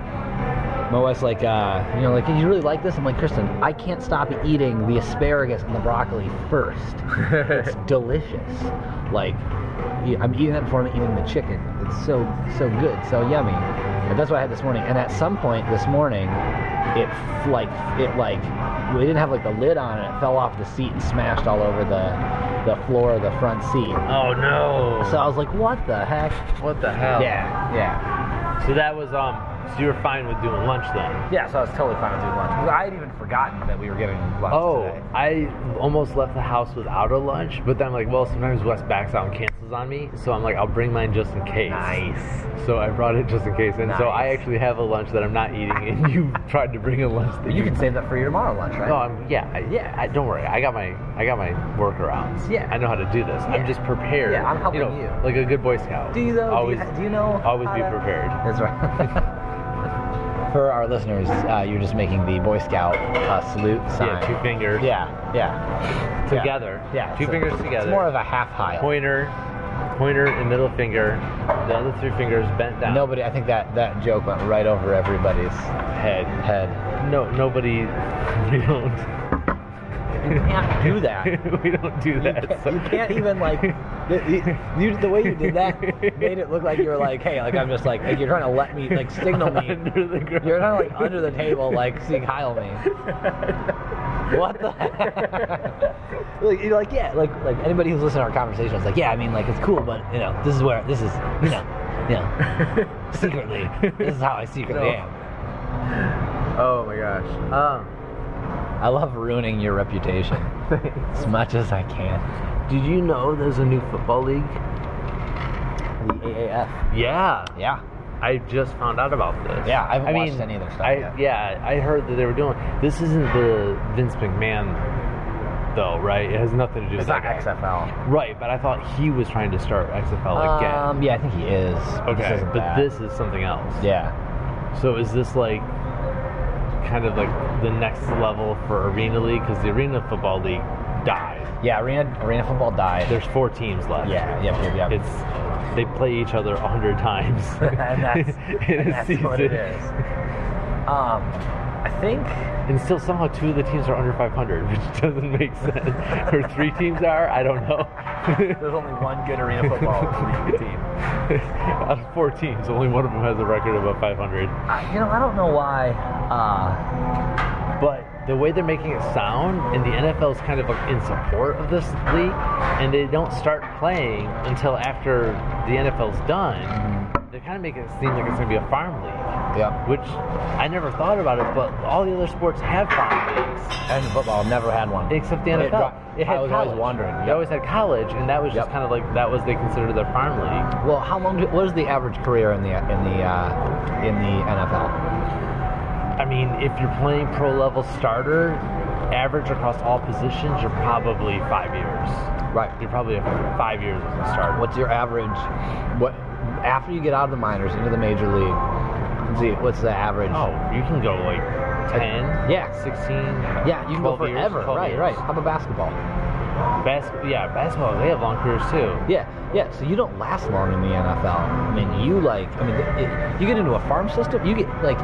[SPEAKER 1] My wife's like, uh, you know, like, you really like this? I'm like, Kristen, I can't stop eating the asparagus and the broccoli first. it's delicious. Like, e- I'm eating that before I'm eating the chicken. It's so so good, so yummy. And that's what I had this morning. And at some point this morning, it f- like it like we didn't have like the lid on it. It fell off the seat and smashed all over the the floor of the front seat.
[SPEAKER 4] Oh no.
[SPEAKER 1] So I was like, what the heck?
[SPEAKER 4] what the hell?
[SPEAKER 1] Yeah, yeah,
[SPEAKER 4] So that was um. So you were fine with doing lunch then.
[SPEAKER 1] yeah. So I was totally fine with doing lunch. 'Cause I had even forgotten that we were getting lunch
[SPEAKER 3] Oh,
[SPEAKER 1] today.
[SPEAKER 3] I almost left the house without a lunch, but then I'm like, well, sometimes West backs out and cancels on me, so I'm like, I'll bring mine just in case.
[SPEAKER 1] Nice.
[SPEAKER 3] So I brought it just in case, and so I
[SPEAKER 1] Nice.
[SPEAKER 3] actually have a lunch that I'm not eating, and you tried to bring a lunch that
[SPEAKER 1] You can save that for your tomorrow lunch, right?
[SPEAKER 3] No, I'm yeah, I, yeah. I, don't worry, I got my I got my workarounds.
[SPEAKER 1] Yeah.
[SPEAKER 3] I know how to do this. I'm
[SPEAKER 1] Yeah.
[SPEAKER 3] just prepared.
[SPEAKER 1] Yeah, I'm helping
[SPEAKER 3] you, know,
[SPEAKER 1] you.
[SPEAKER 3] Like a good Boy Scout.
[SPEAKER 1] Do you though?
[SPEAKER 3] Always,
[SPEAKER 1] do, you, do you know?
[SPEAKER 3] always
[SPEAKER 1] how
[SPEAKER 3] be
[SPEAKER 1] to-
[SPEAKER 3] prepared.
[SPEAKER 1] That's right. For our listeners, uh, you're just making the Boy Scout uh, salute sign.
[SPEAKER 3] Yeah, two fingers
[SPEAKER 1] yeah, yeah,
[SPEAKER 3] together.
[SPEAKER 1] yeah.
[SPEAKER 3] two
[SPEAKER 1] it's a-
[SPEAKER 3] fingers together.
[SPEAKER 1] It's more of a half high.
[SPEAKER 3] pointer, pointer, and middle finger. The other three fingers bent down.
[SPEAKER 1] Nobody, I think that that joke went right over everybody's
[SPEAKER 3] head.
[SPEAKER 1] head.
[SPEAKER 3] No, nobody. We don't.
[SPEAKER 1] You can't do that.
[SPEAKER 3] we don't do
[SPEAKER 1] You
[SPEAKER 3] that.
[SPEAKER 1] can't,
[SPEAKER 3] so-
[SPEAKER 1] you can't even like The, the- you, the way you did that made it look like you were like, hey, like I'm just like, like you're trying to let me, like signal me.
[SPEAKER 4] Under the ground.
[SPEAKER 1] You're kind of like under the table, like seeing Heil me. What the? like you're like yeah, like like anybody who's listening to our conversation is like yeah, I mean like it's cool, but you know this is where this is you know you know secretly this is how I secretly
[SPEAKER 7] No.
[SPEAKER 1] am.
[SPEAKER 7] Oh my gosh. Um,
[SPEAKER 1] I love ruining your reputation as much as I can.
[SPEAKER 4] Did you know there's a new football league?
[SPEAKER 1] The AAF.
[SPEAKER 4] Yeah.
[SPEAKER 1] Yeah,
[SPEAKER 4] I just found out about this.
[SPEAKER 1] Yeah, I haven't watched any of their stuff
[SPEAKER 4] I,
[SPEAKER 1] yet.
[SPEAKER 4] Yeah, I heard that they were doing. This isn't the Vince McMahon, though, right? It has nothing to do with that guy.
[SPEAKER 1] XFL.
[SPEAKER 4] Right, but I thought he was trying to start XFL again.
[SPEAKER 1] Um, yeah, I think he is. but this
[SPEAKER 4] okay,
[SPEAKER 1] isn't
[SPEAKER 4] but
[SPEAKER 1] that.
[SPEAKER 4] this is something else.
[SPEAKER 1] Yeah,
[SPEAKER 4] So is this like kind of like the next level for Arena League? Because the Arena Football League died.
[SPEAKER 1] yeah. Arena arena football died.
[SPEAKER 4] There's four teams left.
[SPEAKER 1] yeah, yep, yep, yep.
[SPEAKER 4] It's they play each other a hundred times
[SPEAKER 1] and that's,
[SPEAKER 4] in
[SPEAKER 1] and
[SPEAKER 4] a
[SPEAKER 1] that's what it
[SPEAKER 4] season.
[SPEAKER 1] is. Um, I think
[SPEAKER 4] And still, somehow, two of the teams are under 500, which doesn't make sense. or three teams are, I don't know.
[SPEAKER 1] there's only one good arena football league team.
[SPEAKER 4] Out of four teams, only one of them has a record above 500.
[SPEAKER 1] I, you know, I don't know why. Uh,
[SPEAKER 4] But the way they're making it sound, and the NFL is kind of like in support of this league, and they don't start playing until after the NFL's done, they're kind of making it seem like it's going to be a farm league,
[SPEAKER 1] yeah,
[SPEAKER 4] which I never thought about it, but all the other sports have farm leagues.
[SPEAKER 1] and football never had one.
[SPEAKER 4] Except the
[SPEAKER 1] It
[SPEAKER 4] NFL.
[SPEAKER 1] dropped.
[SPEAKER 4] had
[SPEAKER 1] I was
[SPEAKER 4] college.
[SPEAKER 1] always wondering.
[SPEAKER 4] They
[SPEAKER 1] yep.
[SPEAKER 4] always had college, and that was just
[SPEAKER 1] Yep.
[SPEAKER 4] kind of like that was they considered their farm league.
[SPEAKER 1] well, how long? Do, what is the average career in the in the uh, in the NFL?
[SPEAKER 4] I mean, if you're playing pro level starter, average across all positions, you're probably five years.
[SPEAKER 1] Right.
[SPEAKER 4] You're probably five years as a starter.
[SPEAKER 1] What's your average? What after you get out of the minors into the major league? Let's see, what's the average?
[SPEAKER 4] Oh, you can go like ten.
[SPEAKER 1] Yeah.
[SPEAKER 4] Sixteen.
[SPEAKER 1] yeah, you can go
[SPEAKER 4] 12 years,
[SPEAKER 1] forever.
[SPEAKER 4] 12
[SPEAKER 1] right,
[SPEAKER 4] years.
[SPEAKER 1] right. How about basketball?
[SPEAKER 4] Bas- yeah, basketball. They have long careers too.
[SPEAKER 1] Yeah, yeah. So you don't last long in the NFL. I mean, you like, I mean, it, you get into a farm system. You get like,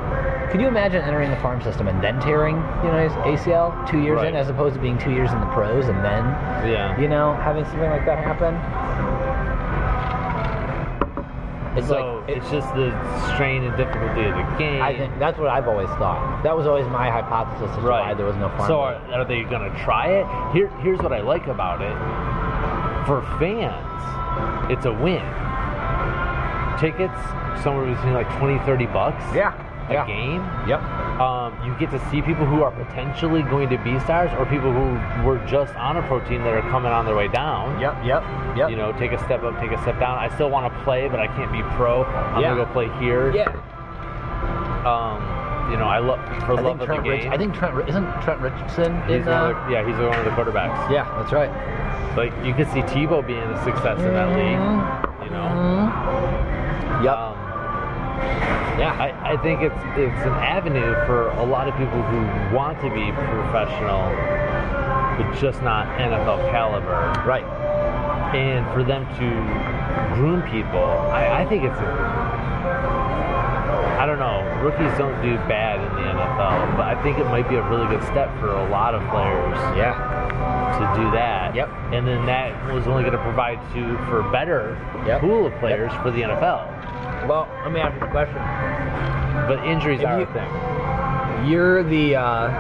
[SPEAKER 1] could you imagine entering the farm system and then tearing, you know, his ACL two years
[SPEAKER 4] Right.
[SPEAKER 1] in, as opposed to being two years in the pros and then,
[SPEAKER 4] Yeah.
[SPEAKER 1] you know, having something like that happen? It's
[SPEAKER 4] so
[SPEAKER 1] like it-
[SPEAKER 4] it's just the strain and difficulty of the game.
[SPEAKER 1] I think that's what I've always thought. That was always my hypothesis as to why there was no farm.
[SPEAKER 4] So uh,
[SPEAKER 1] league.
[SPEAKER 4] are, are they going to try it? Here, here's what I like about it. For fans, it's a win. Tickets somewhere between like 20, 30 bucks.
[SPEAKER 1] yeah,
[SPEAKER 4] A
[SPEAKER 1] yeah.
[SPEAKER 4] game.
[SPEAKER 1] Yep.
[SPEAKER 4] Um, you get to see people who are potentially going to be stars, or people who were just on a pro team that are coming on their way down.
[SPEAKER 1] Yep. Yep. Yep.
[SPEAKER 4] You know, take a step up, take a step down. I still want to play, but I can't be pro. I'm
[SPEAKER 1] Yeah.
[SPEAKER 4] gonna go play here.
[SPEAKER 1] yeah.
[SPEAKER 4] Um, you know, I love for
[SPEAKER 1] I
[SPEAKER 4] love
[SPEAKER 1] think,
[SPEAKER 4] of the
[SPEAKER 1] Trent
[SPEAKER 4] game.
[SPEAKER 1] Rich- I think Trent Ri- isn't Trent Richardson.
[SPEAKER 4] He's
[SPEAKER 1] in,
[SPEAKER 4] one
[SPEAKER 1] uh,
[SPEAKER 4] of the, yeah, he's one of the quarterbacks.
[SPEAKER 1] Yeah, that's right.
[SPEAKER 4] Like you could see Tebow being a success in that league. You know.
[SPEAKER 1] Mm-hmm. Yep.
[SPEAKER 4] Um,
[SPEAKER 1] yeah.
[SPEAKER 4] I, I think it's it's an avenue for a lot of people who want to be professional, but just not NFL caliber.
[SPEAKER 1] right.
[SPEAKER 4] And for them to groom people, I, I think it's. A, I don't know. Rookies don't do bad in the NFL, but I think it might be a really good step for a lot of players.
[SPEAKER 1] Yeah.
[SPEAKER 4] to do that.
[SPEAKER 1] Yep.
[SPEAKER 4] And then that was only going to provide to for better
[SPEAKER 1] Yep.
[SPEAKER 4] pool of players for the NFL.
[SPEAKER 1] Well, let me ask you a question.
[SPEAKER 4] But injuries
[SPEAKER 1] If
[SPEAKER 4] are
[SPEAKER 1] you-
[SPEAKER 4] a thing.
[SPEAKER 1] You're the uh,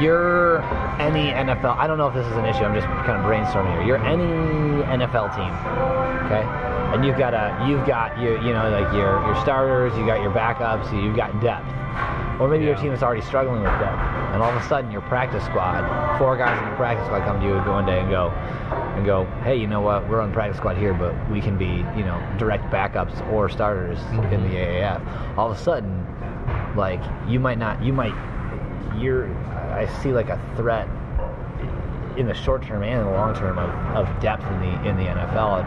[SPEAKER 1] you're any NFL. I don't know if this is an issue. I'm just kind of brainstorming here. You're any NFL team, okay? And you've got a you've got your you know like your your starters. You got your backups. You've got depth. Or maybe your
[SPEAKER 4] Yeah.
[SPEAKER 1] team is already struggling with depth, and all of a sudden your practice squad, four guys in your practice squad, come to you one day and go, and go, hey, you know what? We're on practice squad here, but we can be, you know, direct backups or starters in the AAF. All of a sudden, like you might not, you might, you're, I see like a threat in the short term and in the long term of, of depth in the in the NFL,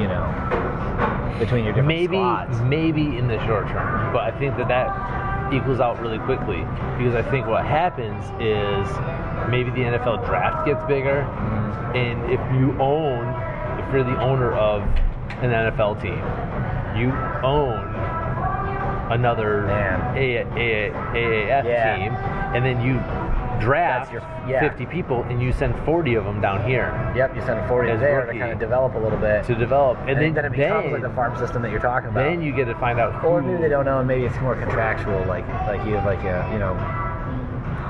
[SPEAKER 1] you know, between your different
[SPEAKER 4] Maybe
[SPEAKER 1] squads.
[SPEAKER 4] maybe in the short term, but I think that that equals out really quickly because I think what happens is maybe the NFL draft gets bigger,
[SPEAKER 1] Mm-hmm.
[SPEAKER 4] and if you own, if you're the owner of an NFL team, you own another
[SPEAKER 1] Man.
[SPEAKER 4] A- A- AAF
[SPEAKER 1] Yeah.
[SPEAKER 4] team, and then you draft
[SPEAKER 1] That's your- yeah.
[SPEAKER 4] 50 people and you send 40 of them down here
[SPEAKER 1] Yep, you send a 40
[SPEAKER 4] As
[SPEAKER 1] there
[SPEAKER 4] rookie.
[SPEAKER 1] to kind of develop a little bit.
[SPEAKER 4] to develop. And,
[SPEAKER 1] and then,
[SPEAKER 4] then,
[SPEAKER 1] it becomes
[SPEAKER 4] then,
[SPEAKER 1] like the farm system that you're talking about.
[SPEAKER 4] then you get to find out who
[SPEAKER 1] or maybe they don't know, and maybe it's more contractual. Like, like you have like a, you know,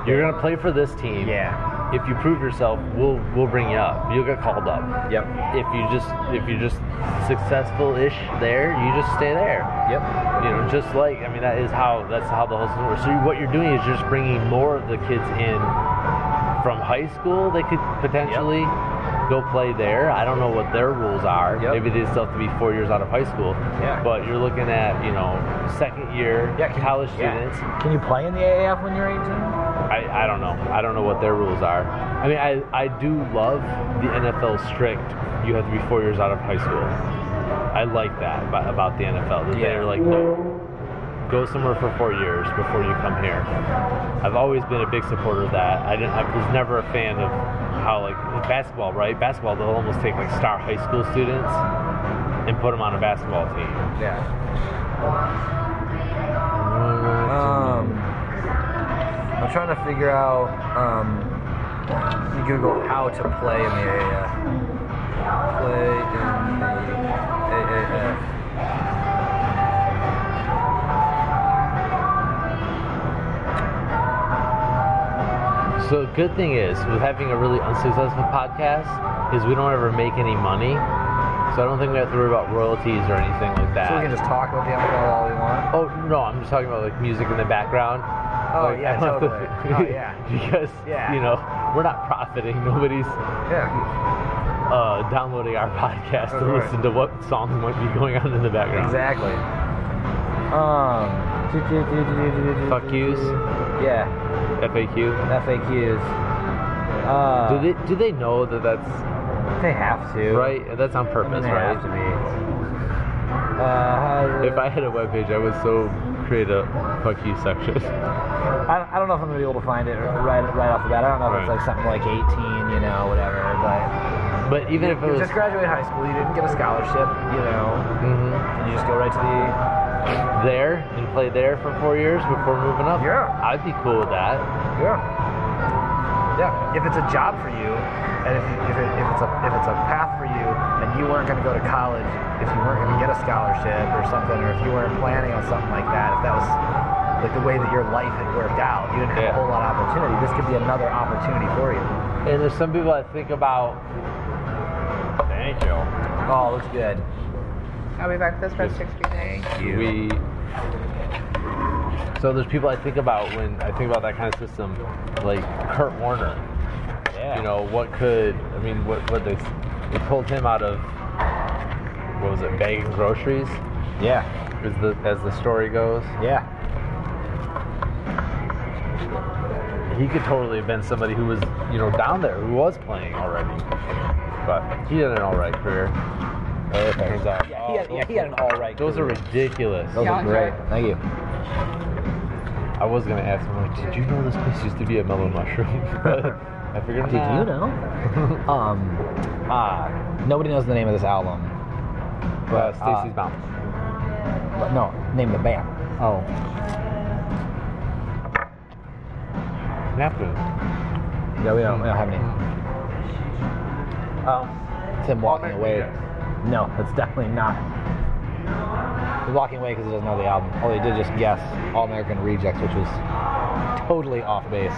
[SPEAKER 4] you're going to play for this team.
[SPEAKER 1] yeah,
[SPEAKER 4] If you prove yourself, we'll we'll bring you up. You'll get called up.
[SPEAKER 1] yep,
[SPEAKER 4] If you just if you're just successful-ish there, you just stay there.
[SPEAKER 1] yep,
[SPEAKER 4] You know, just like I mean, that is how that's how the whole system works. So you- what you're doing is you're just bringing more of the kids in from high school. They could potentially go play there. I don't know what their rules are.
[SPEAKER 1] Yep.
[SPEAKER 4] Maybe they still have to be four years out of high school.
[SPEAKER 1] Yeah.
[SPEAKER 4] But you're looking at you know second year
[SPEAKER 1] Yeah, can-
[SPEAKER 4] college
[SPEAKER 1] yeah.
[SPEAKER 4] students.
[SPEAKER 1] Can you play in the AAF when you're 18?
[SPEAKER 4] I, I don't know. I don't know what their rules are. I mean, I, I do love the NFL strict. You have to be four years out of high school. I like that about, about the NFL. That
[SPEAKER 1] Yeah.
[SPEAKER 4] They're like, no, go somewhere for four years before you come here. I've always been a big supporter of that. I didn't. I was never a fan of how like in basketball, right? Basketball, they'll almost take like star high school students and put them on a basketball team.
[SPEAKER 1] Yeah. Um, I'm trying to figure out. Um, you Google how to play in the AAF. Play in the AAF.
[SPEAKER 4] So the good thing is with having a really unsuccessful podcast is we don't ever make any money. So I don't think we have to worry about royalties or anything like that.
[SPEAKER 1] So we can just talk about the NFL all we want.
[SPEAKER 4] oh no, I'm just talking about like music in the background.
[SPEAKER 1] Oh,
[SPEAKER 4] Like,
[SPEAKER 1] yeah,
[SPEAKER 4] I don't-
[SPEAKER 1] totally. Oh, yeah.
[SPEAKER 4] because
[SPEAKER 1] Yeah.
[SPEAKER 4] you know we're not profiting. Nobody's
[SPEAKER 1] Yeah,
[SPEAKER 4] uh, downloading our podcast to
[SPEAKER 1] Right.
[SPEAKER 4] listen to what songs might be going on in the background.
[SPEAKER 1] exactly. Um, do, do, do, do, do, do, do,
[SPEAKER 4] Fuck
[SPEAKER 1] do,
[SPEAKER 4] yous.
[SPEAKER 1] do. Yeah,
[SPEAKER 4] FAQ.
[SPEAKER 1] FAQs. Uh,
[SPEAKER 4] Do they do they know that that's
[SPEAKER 1] They have to.
[SPEAKER 4] right? That's
[SPEAKER 1] I
[SPEAKER 4] on
[SPEAKER 1] mean,
[SPEAKER 4] purpose,
[SPEAKER 1] they
[SPEAKER 4] right?
[SPEAKER 1] have to be. Uh, how is
[SPEAKER 4] If
[SPEAKER 1] it-
[SPEAKER 4] I had a webpage, I would so create a fuck you section.
[SPEAKER 1] I, don't- I don't know if I'm gonna be able to find it right right off the bat. I don't know if it's
[SPEAKER 4] Right.
[SPEAKER 1] like something like 18, you know, whatever. But
[SPEAKER 4] But even if it
[SPEAKER 1] you
[SPEAKER 4] was,
[SPEAKER 1] just graduated high school, you didn't get a scholarship, you know,
[SPEAKER 4] Mhm.
[SPEAKER 1] and you just go right to the.
[SPEAKER 4] there and play there for four years before moving up,
[SPEAKER 1] Yeah.
[SPEAKER 4] I'd be cool with that.
[SPEAKER 1] Yeah. Yeah. If it's a job for you, and if, you, if, it, if it's a if it's a path for you, and you weren't gonna go to college, if you weren't gonna get a scholarship or something, or if you weren't planning on something like that, if that was like the way that your life had worked out, you didn't have a
[SPEAKER 4] Yeah.
[SPEAKER 1] whole lot of opportunity. This could be another opportunity for you.
[SPEAKER 4] And there's some people I think about. Thank you.
[SPEAKER 1] Oh, looks good.
[SPEAKER 5] I'll be back with us for six people.
[SPEAKER 4] We. So there's people I think about when I think about that kind of system, like Kurt Warner.
[SPEAKER 1] Yeah.
[SPEAKER 4] You know what could I mean? What what they they pulled him out of? What was it? Bagging groceries.
[SPEAKER 1] Yeah.
[SPEAKER 4] As the as the story goes.
[SPEAKER 1] Yeah.
[SPEAKER 4] he could totally have been somebody who was, you know, down there, who was playing already. But he had an all right career. Turns out.
[SPEAKER 1] Yeah, he had, yeah, he had an all right.
[SPEAKER 4] Those are ridiculous.
[SPEAKER 1] Those
[SPEAKER 5] Yeah,
[SPEAKER 1] are
[SPEAKER 5] I'm
[SPEAKER 1] great.
[SPEAKER 5] sorry.
[SPEAKER 1] Thank you.
[SPEAKER 4] I was gonna ask him, like, did you know this place used to be a mellow mushroom? But I figured.
[SPEAKER 1] Did uh, you know? um, uh, nobody knows the name of this album.
[SPEAKER 4] Uh,
[SPEAKER 1] But, uh,
[SPEAKER 4] Stacy's mom.
[SPEAKER 1] But no, name the band. Oh.
[SPEAKER 4] Napkin.
[SPEAKER 1] Yeah, we don't, we don't have any. Oh. It's him walking away. No, it's definitely not. He's walking away because he doesn't know the album. Oh, he did just guess All American Rejects, which was totally off base.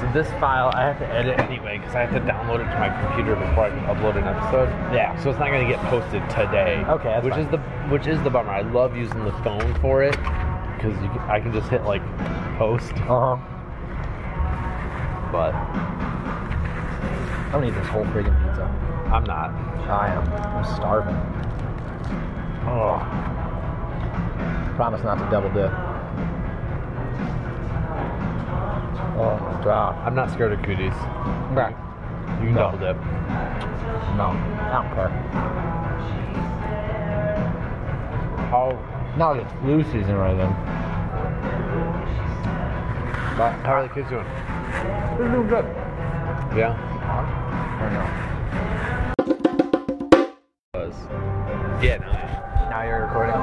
[SPEAKER 4] So this file I have to edit anyway because I have to download it to my computer before I can upload an episode.
[SPEAKER 1] Yeah.
[SPEAKER 4] So it's not gonna get posted today.
[SPEAKER 1] Okay, that's
[SPEAKER 4] which
[SPEAKER 1] fine.
[SPEAKER 4] is the which is the bummer. I love using the phone for it because I can just hit like post.
[SPEAKER 1] Uh huh.
[SPEAKER 4] But
[SPEAKER 1] I don't eat this whole freaking pizza.
[SPEAKER 4] I'm not.
[SPEAKER 1] I am. I'm starving.
[SPEAKER 4] Oh.
[SPEAKER 1] Promise not to double dip. Oh my god.
[SPEAKER 4] I'm not scared of cooties.
[SPEAKER 1] Okay.
[SPEAKER 4] You can double dip.
[SPEAKER 1] No, I don't care.
[SPEAKER 4] How
[SPEAKER 1] Now it's flu season right then. But
[SPEAKER 4] how are the kids doing?
[SPEAKER 1] they're doing good.
[SPEAKER 4] Yeah.
[SPEAKER 1] I don't know.
[SPEAKER 4] was. Yeah, no.
[SPEAKER 1] Now you're recording.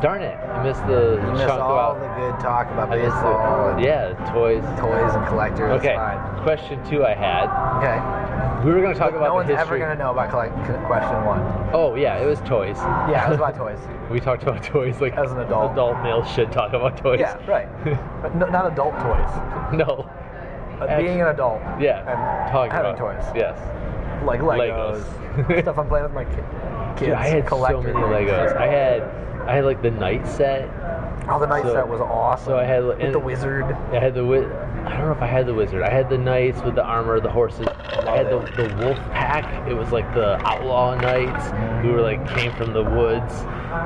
[SPEAKER 4] Darn it. I missed the
[SPEAKER 1] You missed
[SPEAKER 4] chunk
[SPEAKER 1] all
[SPEAKER 4] about.
[SPEAKER 1] the good talk about
[SPEAKER 4] I missed
[SPEAKER 1] baseball
[SPEAKER 4] the.
[SPEAKER 1] and
[SPEAKER 4] Yeah, toys.
[SPEAKER 1] toys and collectors. It's
[SPEAKER 4] Okay.
[SPEAKER 1] fine.
[SPEAKER 4] Question two I had.
[SPEAKER 1] Okay.
[SPEAKER 4] We were going to talk about
[SPEAKER 1] no
[SPEAKER 4] the
[SPEAKER 1] one's
[SPEAKER 4] history.
[SPEAKER 1] ever gonna know about collect- question one.
[SPEAKER 4] Oh, yeah, it was toys.
[SPEAKER 1] Yeah, it was about toys.
[SPEAKER 4] We talked about toys like
[SPEAKER 1] As an adult.
[SPEAKER 4] Adult males should talk about toys.
[SPEAKER 1] Yeah, right. But no, not adult toys.
[SPEAKER 4] no.
[SPEAKER 1] But being an adult.
[SPEAKER 4] Yeah.
[SPEAKER 1] And
[SPEAKER 4] talking
[SPEAKER 1] having
[SPEAKER 4] about
[SPEAKER 1] toys.
[SPEAKER 4] Yes.
[SPEAKER 1] Like Legos.
[SPEAKER 4] Legos.
[SPEAKER 1] stuff I'm playing with my ki- kids.
[SPEAKER 4] Dude, I had so
[SPEAKER 1] collector
[SPEAKER 4] many
[SPEAKER 1] things.
[SPEAKER 4] Legos. I had, I had like the night set.
[SPEAKER 1] Oh, the night
[SPEAKER 4] so-
[SPEAKER 1] set was awesome.
[SPEAKER 4] so I had-
[SPEAKER 1] with
[SPEAKER 4] and-
[SPEAKER 1] the wizard.
[SPEAKER 4] I had the wi- I don't know if I had the wizard. I had the knights with the armor, the horses. I had the, the wolf pack. It was like the outlaw knights who were like came from the woods,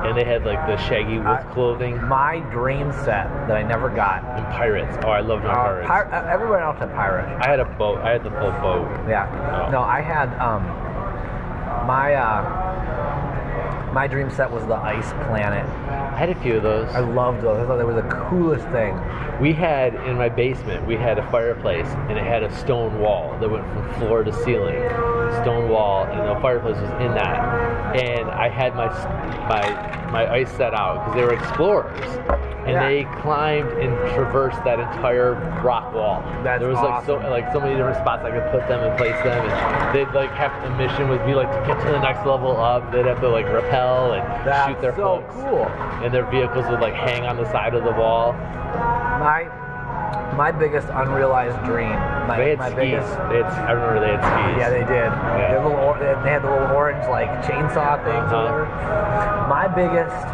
[SPEAKER 4] and they had like the shaggy wolf
[SPEAKER 1] I-
[SPEAKER 4] clothing
[SPEAKER 1] My dream set that I never got.
[SPEAKER 4] and pirates. Oh, I loved my
[SPEAKER 1] Uh,
[SPEAKER 4] pirates.
[SPEAKER 1] pir- uh, everyone else had pirate.
[SPEAKER 4] I had a boat. I had the full boat.
[SPEAKER 1] Yeah.
[SPEAKER 4] Oh.
[SPEAKER 1] No, I had um my uh my dream set was the ice planet.
[SPEAKER 4] I had a few of those.
[SPEAKER 1] I loved those. I thought they were the coolest thing.
[SPEAKER 4] We had in my basement, we had a fireplace and it had a stone wall that went from floor to ceiling. Stone wall, and the fireplace was in that. And I had my s- my my ice set out because they were explorers, and
[SPEAKER 1] Yeah.
[SPEAKER 4] they climbed and traversed that entire rock wall.
[SPEAKER 1] That's
[SPEAKER 4] there was like so
[SPEAKER 1] awesome.
[SPEAKER 4] like so many different spots I could put them and place them, and they'd like have the mission would be like to get to the next level up. They'd have to like rappel and
[SPEAKER 1] That's
[SPEAKER 4] shoot their
[SPEAKER 1] so
[SPEAKER 4] folks.
[SPEAKER 1] cool.
[SPEAKER 4] And their vehicles would like hang on the side of the wall.
[SPEAKER 1] My my biggest unrealized dream. My,
[SPEAKER 4] They had
[SPEAKER 1] my
[SPEAKER 4] skis.
[SPEAKER 1] biggest
[SPEAKER 4] They had, I remember they had skis.
[SPEAKER 1] Yeah, they did. They, had little or- they had- they had the little orange like chainsaw things.
[SPEAKER 4] Uh-huh.
[SPEAKER 1] or whatever. My biggest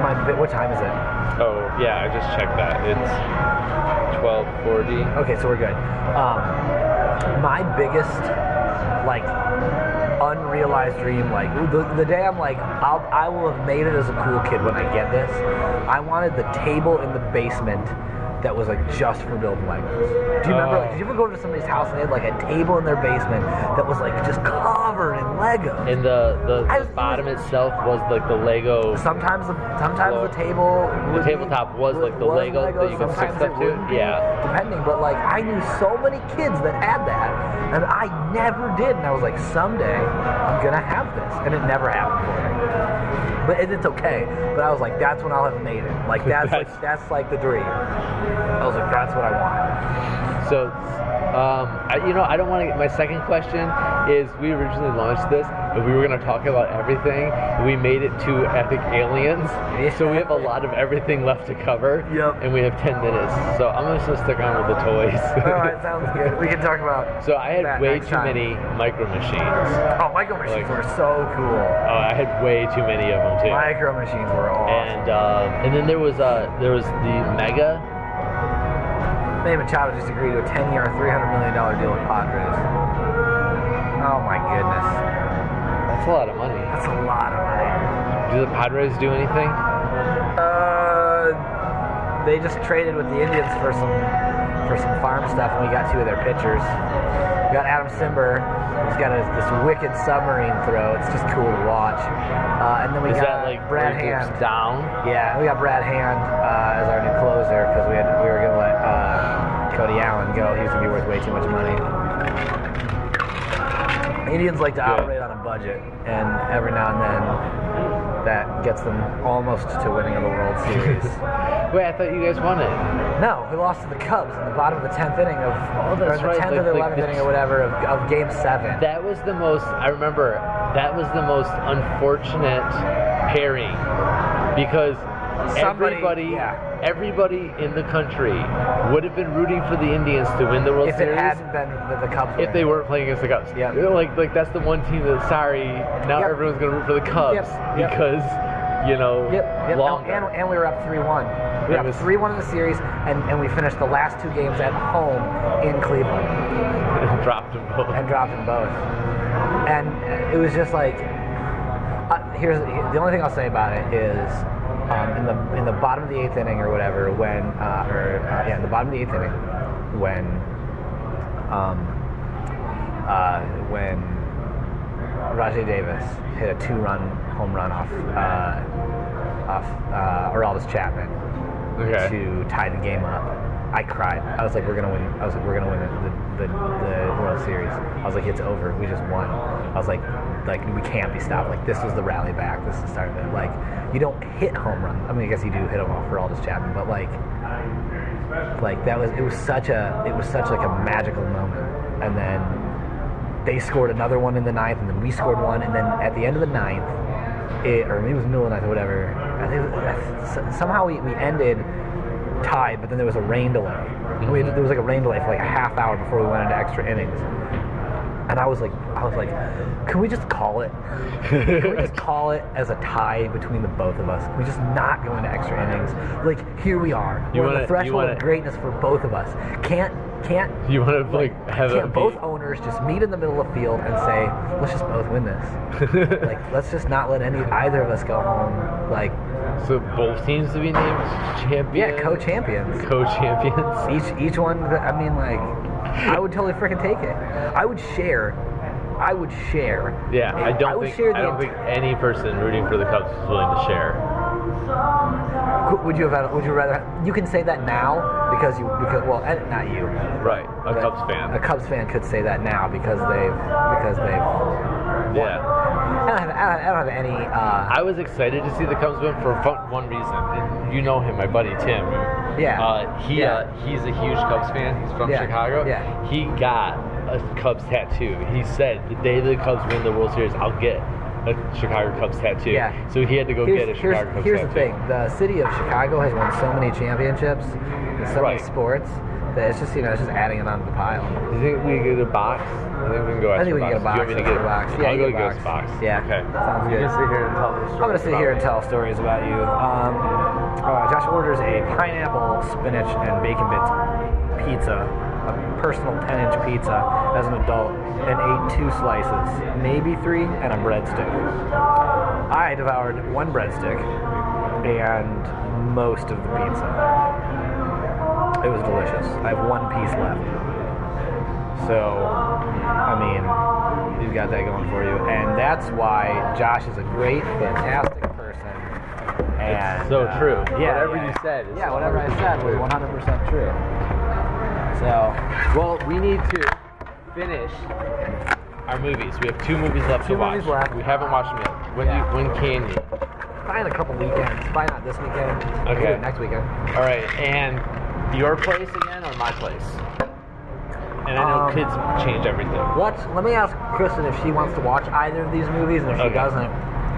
[SPEAKER 1] my bi- what time is it?
[SPEAKER 4] Oh, yeah. I just checked that. It's twelve forty.
[SPEAKER 1] Okay, so we're good. Um, my biggest, like, unrealized dream, like, the, the day I'm like, I'll, I will have made it as a cool kid when I get this. I wanted the table in the basement that was like just for building Legos. Do you remember?
[SPEAKER 4] Oh.
[SPEAKER 1] Like, did you ever go to somebody's house and they had like a table in their basement that was like just covered in Legos?
[SPEAKER 4] And the the,
[SPEAKER 1] I
[SPEAKER 4] the
[SPEAKER 1] was-
[SPEAKER 4] bottom itself was like the Lego.
[SPEAKER 1] Sometimes the sometimes
[SPEAKER 4] Well,
[SPEAKER 1] the table
[SPEAKER 4] The
[SPEAKER 1] would be-
[SPEAKER 4] tabletop was like the
[SPEAKER 1] was
[SPEAKER 4] Lego that you could stick
[SPEAKER 1] sometimes it
[SPEAKER 4] stuff to.
[SPEAKER 1] wouldn't be,
[SPEAKER 4] Yeah.
[SPEAKER 1] Depending, but like I knew so many kids that had that, and I never did, and I was like, someday I'm gonna have this, and it never happened for me. But it, it's okay. But I was like, that's when I'll have made it. Like that's like, that's like the dream. I was like, that's what I want.
[SPEAKER 4] So, um, I, you know, I don't want to. My second question is: We originally launched this, and we were going to talk about everything. We made it to Epic Aliens, so we have a lot of everything left to cover.
[SPEAKER 1] Yep.
[SPEAKER 4] And we have ten minutes, so I'm just going to stick on with the toys.
[SPEAKER 1] All right, sounds good. We can talk about.
[SPEAKER 4] So I had
[SPEAKER 1] that
[SPEAKER 4] way
[SPEAKER 1] next
[SPEAKER 4] too
[SPEAKER 1] time.
[SPEAKER 4] many micro machines.
[SPEAKER 1] Oh, micro machines
[SPEAKER 4] Like-
[SPEAKER 1] were so cool.
[SPEAKER 4] Oh, I had way too many of them too.
[SPEAKER 1] Micro machines were awesome.
[SPEAKER 4] and uh, and then there was uh there was the Mega.
[SPEAKER 1] Manny Machado just agreed to a 10 year, $300 million deal with Padres. Oh my goodness.
[SPEAKER 4] That's a lot of money.
[SPEAKER 1] That's a lot of money.
[SPEAKER 4] Do the Padres do anything?
[SPEAKER 1] Uh, they just traded with the Indians for some for some farm stuff, and we got two of their pitchers. We got Adam Simber. He's got a, this wicked submarine throw. It's just cool to watch. Uh, and then we
[SPEAKER 4] Is
[SPEAKER 1] got
[SPEAKER 4] that like
[SPEAKER 1] Brad
[SPEAKER 4] three groups
[SPEAKER 1] Hand.
[SPEAKER 4] down?
[SPEAKER 1] Yeah, we got Brad Hand uh, as our new closer because we had we were gonna let uh, Cody Allen go. He was gonna be worth way too much money. Indians like to operate on a budget, and every now and then that gets them almost to winning the World Series.
[SPEAKER 4] Wait, I thought you guys won it.
[SPEAKER 1] no, we lost to the Cubs in the bottom of the tenth inning of
[SPEAKER 4] Oh,
[SPEAKER 1] or
[SPEAKER 4] that's
[SPEAKER 1] the
[SPEAKER 4] right,
[SPEAKER 1] tenth or
[SPEAKER 4] like-
[SPEAKER 1] the
[SPEAKER 4] like
[SPEAKER 1] eleventh
[SPEAKER 4] this-
[SPEAKER 1] inning or whatever of, of Game Seven.
[SPEAKER 4] That was the most. I remember. That was the most unfortunate pairing because
[SPEAKER 1] Somebody-
[SPEAKER 4] everybody,
[SPEAKER 1] yeah.
[SPEAKER 4] everybody in the country would have been rooting for the Indians to win the World
[SPEAKER 1] if
[SPEAKER 4] Series.
[SPEAKER 1] it hadn't been that the Cubs,
[SPEAKER 4] if
[SPEAKER 1] were
[SPEAKER 4] they
[SPEAKER 1] in.
[SPEAKER 4] weren't playing against the Cubs.
[SPEAKER 1] Yeah.
[SPEAKER 4] You know, Like like that's the one team that sorry now
[SPEAKER 1] Yep.
[SPEAKER 4] everyone's gonna root for the Cubs
[SPEAKER 1] Yep, yep.
[SPEAKER 4] because you know
[SPEAKER 1] Yep. yep. No,
[SPEAKER 4] longer.
[SPEAKER 1] and, and we were up 3 1. We
[SPEAKER 4] It
[SPEAKER 1] were up
[SPEAKER 4] was-
[SPEAKER 1] 3 1 in the series, and, and we finished the last two games at home in Cleveland
[SPEAKER 4] dropped them both.
[SPEAKER 1] and dropped them both. And it was just like, uh, here's the only thing I'll say about it is um, in the in the bottom of the eighth inning or whatever, when, uh, or uh, yeah, in the bottom of the eighth inning, when, um, uh, when Rajay Davis hit a two-run home run off uh, off uh, Aroldis Chapman
[SPEAKER 4] Okay.
[SPEAKER 1] to tie the game up. I cried. I was like, "We're gonna win." I was like, "We're gonna win the, the the, the World Series. I was like, it's over. We just won. I was like, like we can't be stopped. Like this was the rally back. This is the start of it. Like you don't hit home run. I mean, I guess you do hit them off for Aldis Chapman, but like, like that was it was such a it was such like a magical moment. And then they scored another one in the ninth, and then we scored one, and then at the end of the ninth, it, or maybe it was middle of the ninth or whatever. I think it was- I- s- somehow we, we ended tied, but then there was a rain delay. And we had, there was like a rain delay for like a half hour before we went into extra innings. And I was like, I was like, can we just call it? Can we just call it as a tie between the both of us? Can we just not go into extra innings? Like here we are.
[SPEAKER 4] You
[SPEAKER 1] We're
[SPEAKER 4] wanna-
[SPEAKER 1] on
[SPEAKER 4] you
[SPEAKER 1] the threshold
[SPEAKER 4] wanna-
[SPEAKER 1] of greatness for both of us. Can't can't
[SPEAKER 4] You want to like have
[SPEAKER 1] can't
[SPEAKER 4] a
[SPEAKER 1] both owners just meet in the middle of field and say, let's just both win this. like let's just not let any either of us go home. Like
[SPEAKER 4] so both teams to be named champions.
[SPEAKER 1] yeah, co-champions.
[SPEAKER 4] Co-champions.
[SPEAKER 1] Each each one. I mean, like, I would totally freaking take it. I would share. I would share.
[SPEAKER 4] Yeah, I don't
[SPEAKER 1] I would
[SPEAKER 4] think
[SPEAKER 1] share
[SPEAKER 4] I
[SPEAKER 1] the
[SPEAKER 4] don't
[SPEAKER 1] enti-
[SPEAKER 4] think any person rooting for the Cubs is willing to share.
[SPEAKER 1] Who- Would you have? Would you rather? You can say that now because you because well, eh, not you.
[SPEAKER 4] Right, a
[SPEAKER 1] but
[SPEAKER 4] Cubs fan.
[SPEAKER 1] A Cubs fan could say that now because they've because they've.
[SPEAKER 4] yeah,
[SPEAKER 1] I don't have. I don't, I don't have any. Uh,
[SPEAKER 4] I was excited to see the Cubs win for fun- one reason. And you know him, my buddy Tim.
[SPEAKER 1] Yeah.
[SPEAKER 4] Uh, he
[SPEAKER 1] Yeah.
[SPEAKER 4] Uh, he's a huge Cubs fan. He's from
[SPEAKER 1] Yeah.
[SPEAKER 4] Chicago.
[SPEAKER 1] Yeah.
[SPEAKER 4] He got a Cubs tattoo. He said the day the Cubs win the World Series, I'll get a Chicago Cubs tattoo.
[SPEAKER 1] Yeah.
[SPEAKER 4] So he had to go
[SPEAKER 1] here's
[SPEAKER 4] get a
[SPEAKER 1] here's,
[SPEAKER 4] Chicago Cubs
[SPEAKER 1] here's
[SPEAKER 4] tattoo.
[SPEAKER 1] the thing. The city of Chicago has won so many championships, and so
[SPEAKER 4] Right.
[SPEAKER 1] many sports that it's just you know it's just adding it onto the pile.
[SPEAKER 4] You think we get a box? I think we can go
[SPEAKER 1] I
[SPEAKER 4] extra
[SPEAKER 1] think we can get a box.
[SPEAKER 4] box. Do you want me to
[SPEAKER 1] let's
[SPEAKER 4] get
[SPEAKER 1] get a box. Yeah,
[SPEAKER 4] I'll go
[SPEAKER 1] get
[SPEAKER 4] get a box.
[SPEAKER 1] Yeah.
[SPEAKER 4] Okay.
[SPEAKER 1] Sounds good.
[SPEAKER 8] here and tell the story.
[SPEAKER 1] I'm gonna sit here and tell stories about you. Um, uh, Josh orders a pineapple, spinach, and bacon bits pizza, a personal 10-inch pizza as an adult, and ate two slices, maybe three, and a breadstick. I devoured one breadstick and most of the pizza. It was delicious. I have one piece left. So I mean, you've got that going for you. And that's why Josh is a great, fantastic person. And uh,
[SPEAKER 4] so true.
[SPEAKER 1] Yeah,
[SPEAKER 4] Whatever
[SPEAKER 1] yeah,
[SPEAKER 4] you said is
[SPEAKER 1] Yeah, whatever I said was 100% true. So,
[SPEAKER 4] Well, we need to finish our movies. We have two movies left
[SPEAKER 1] Two
[SPEAKER 4] to watch.
[SPEAKER 1] movies left.
[SPEAKER 4] We haven't watched them yet. When,
[SPEAKER 1] Yeah.
[SPEAKER 4] do you, when can you?
[SPEAKER 1] probably in a couple weekends. Probably not this weekend. We'll do
[SPEAKER 4] Okay.
[SPEAKER 1] it next weekend.
[SPEAKER 4] All right, and your place again or my place? And I know
[SPEAKER 1] Um,
[SPEAKER 4] kids change everything.
[SPEAKER 1] Let's, let me ask Kristen if she wants to watch either of these movies, and if she
[SPEAKER 4] Okay.
[SPEAKER 1] doesn't,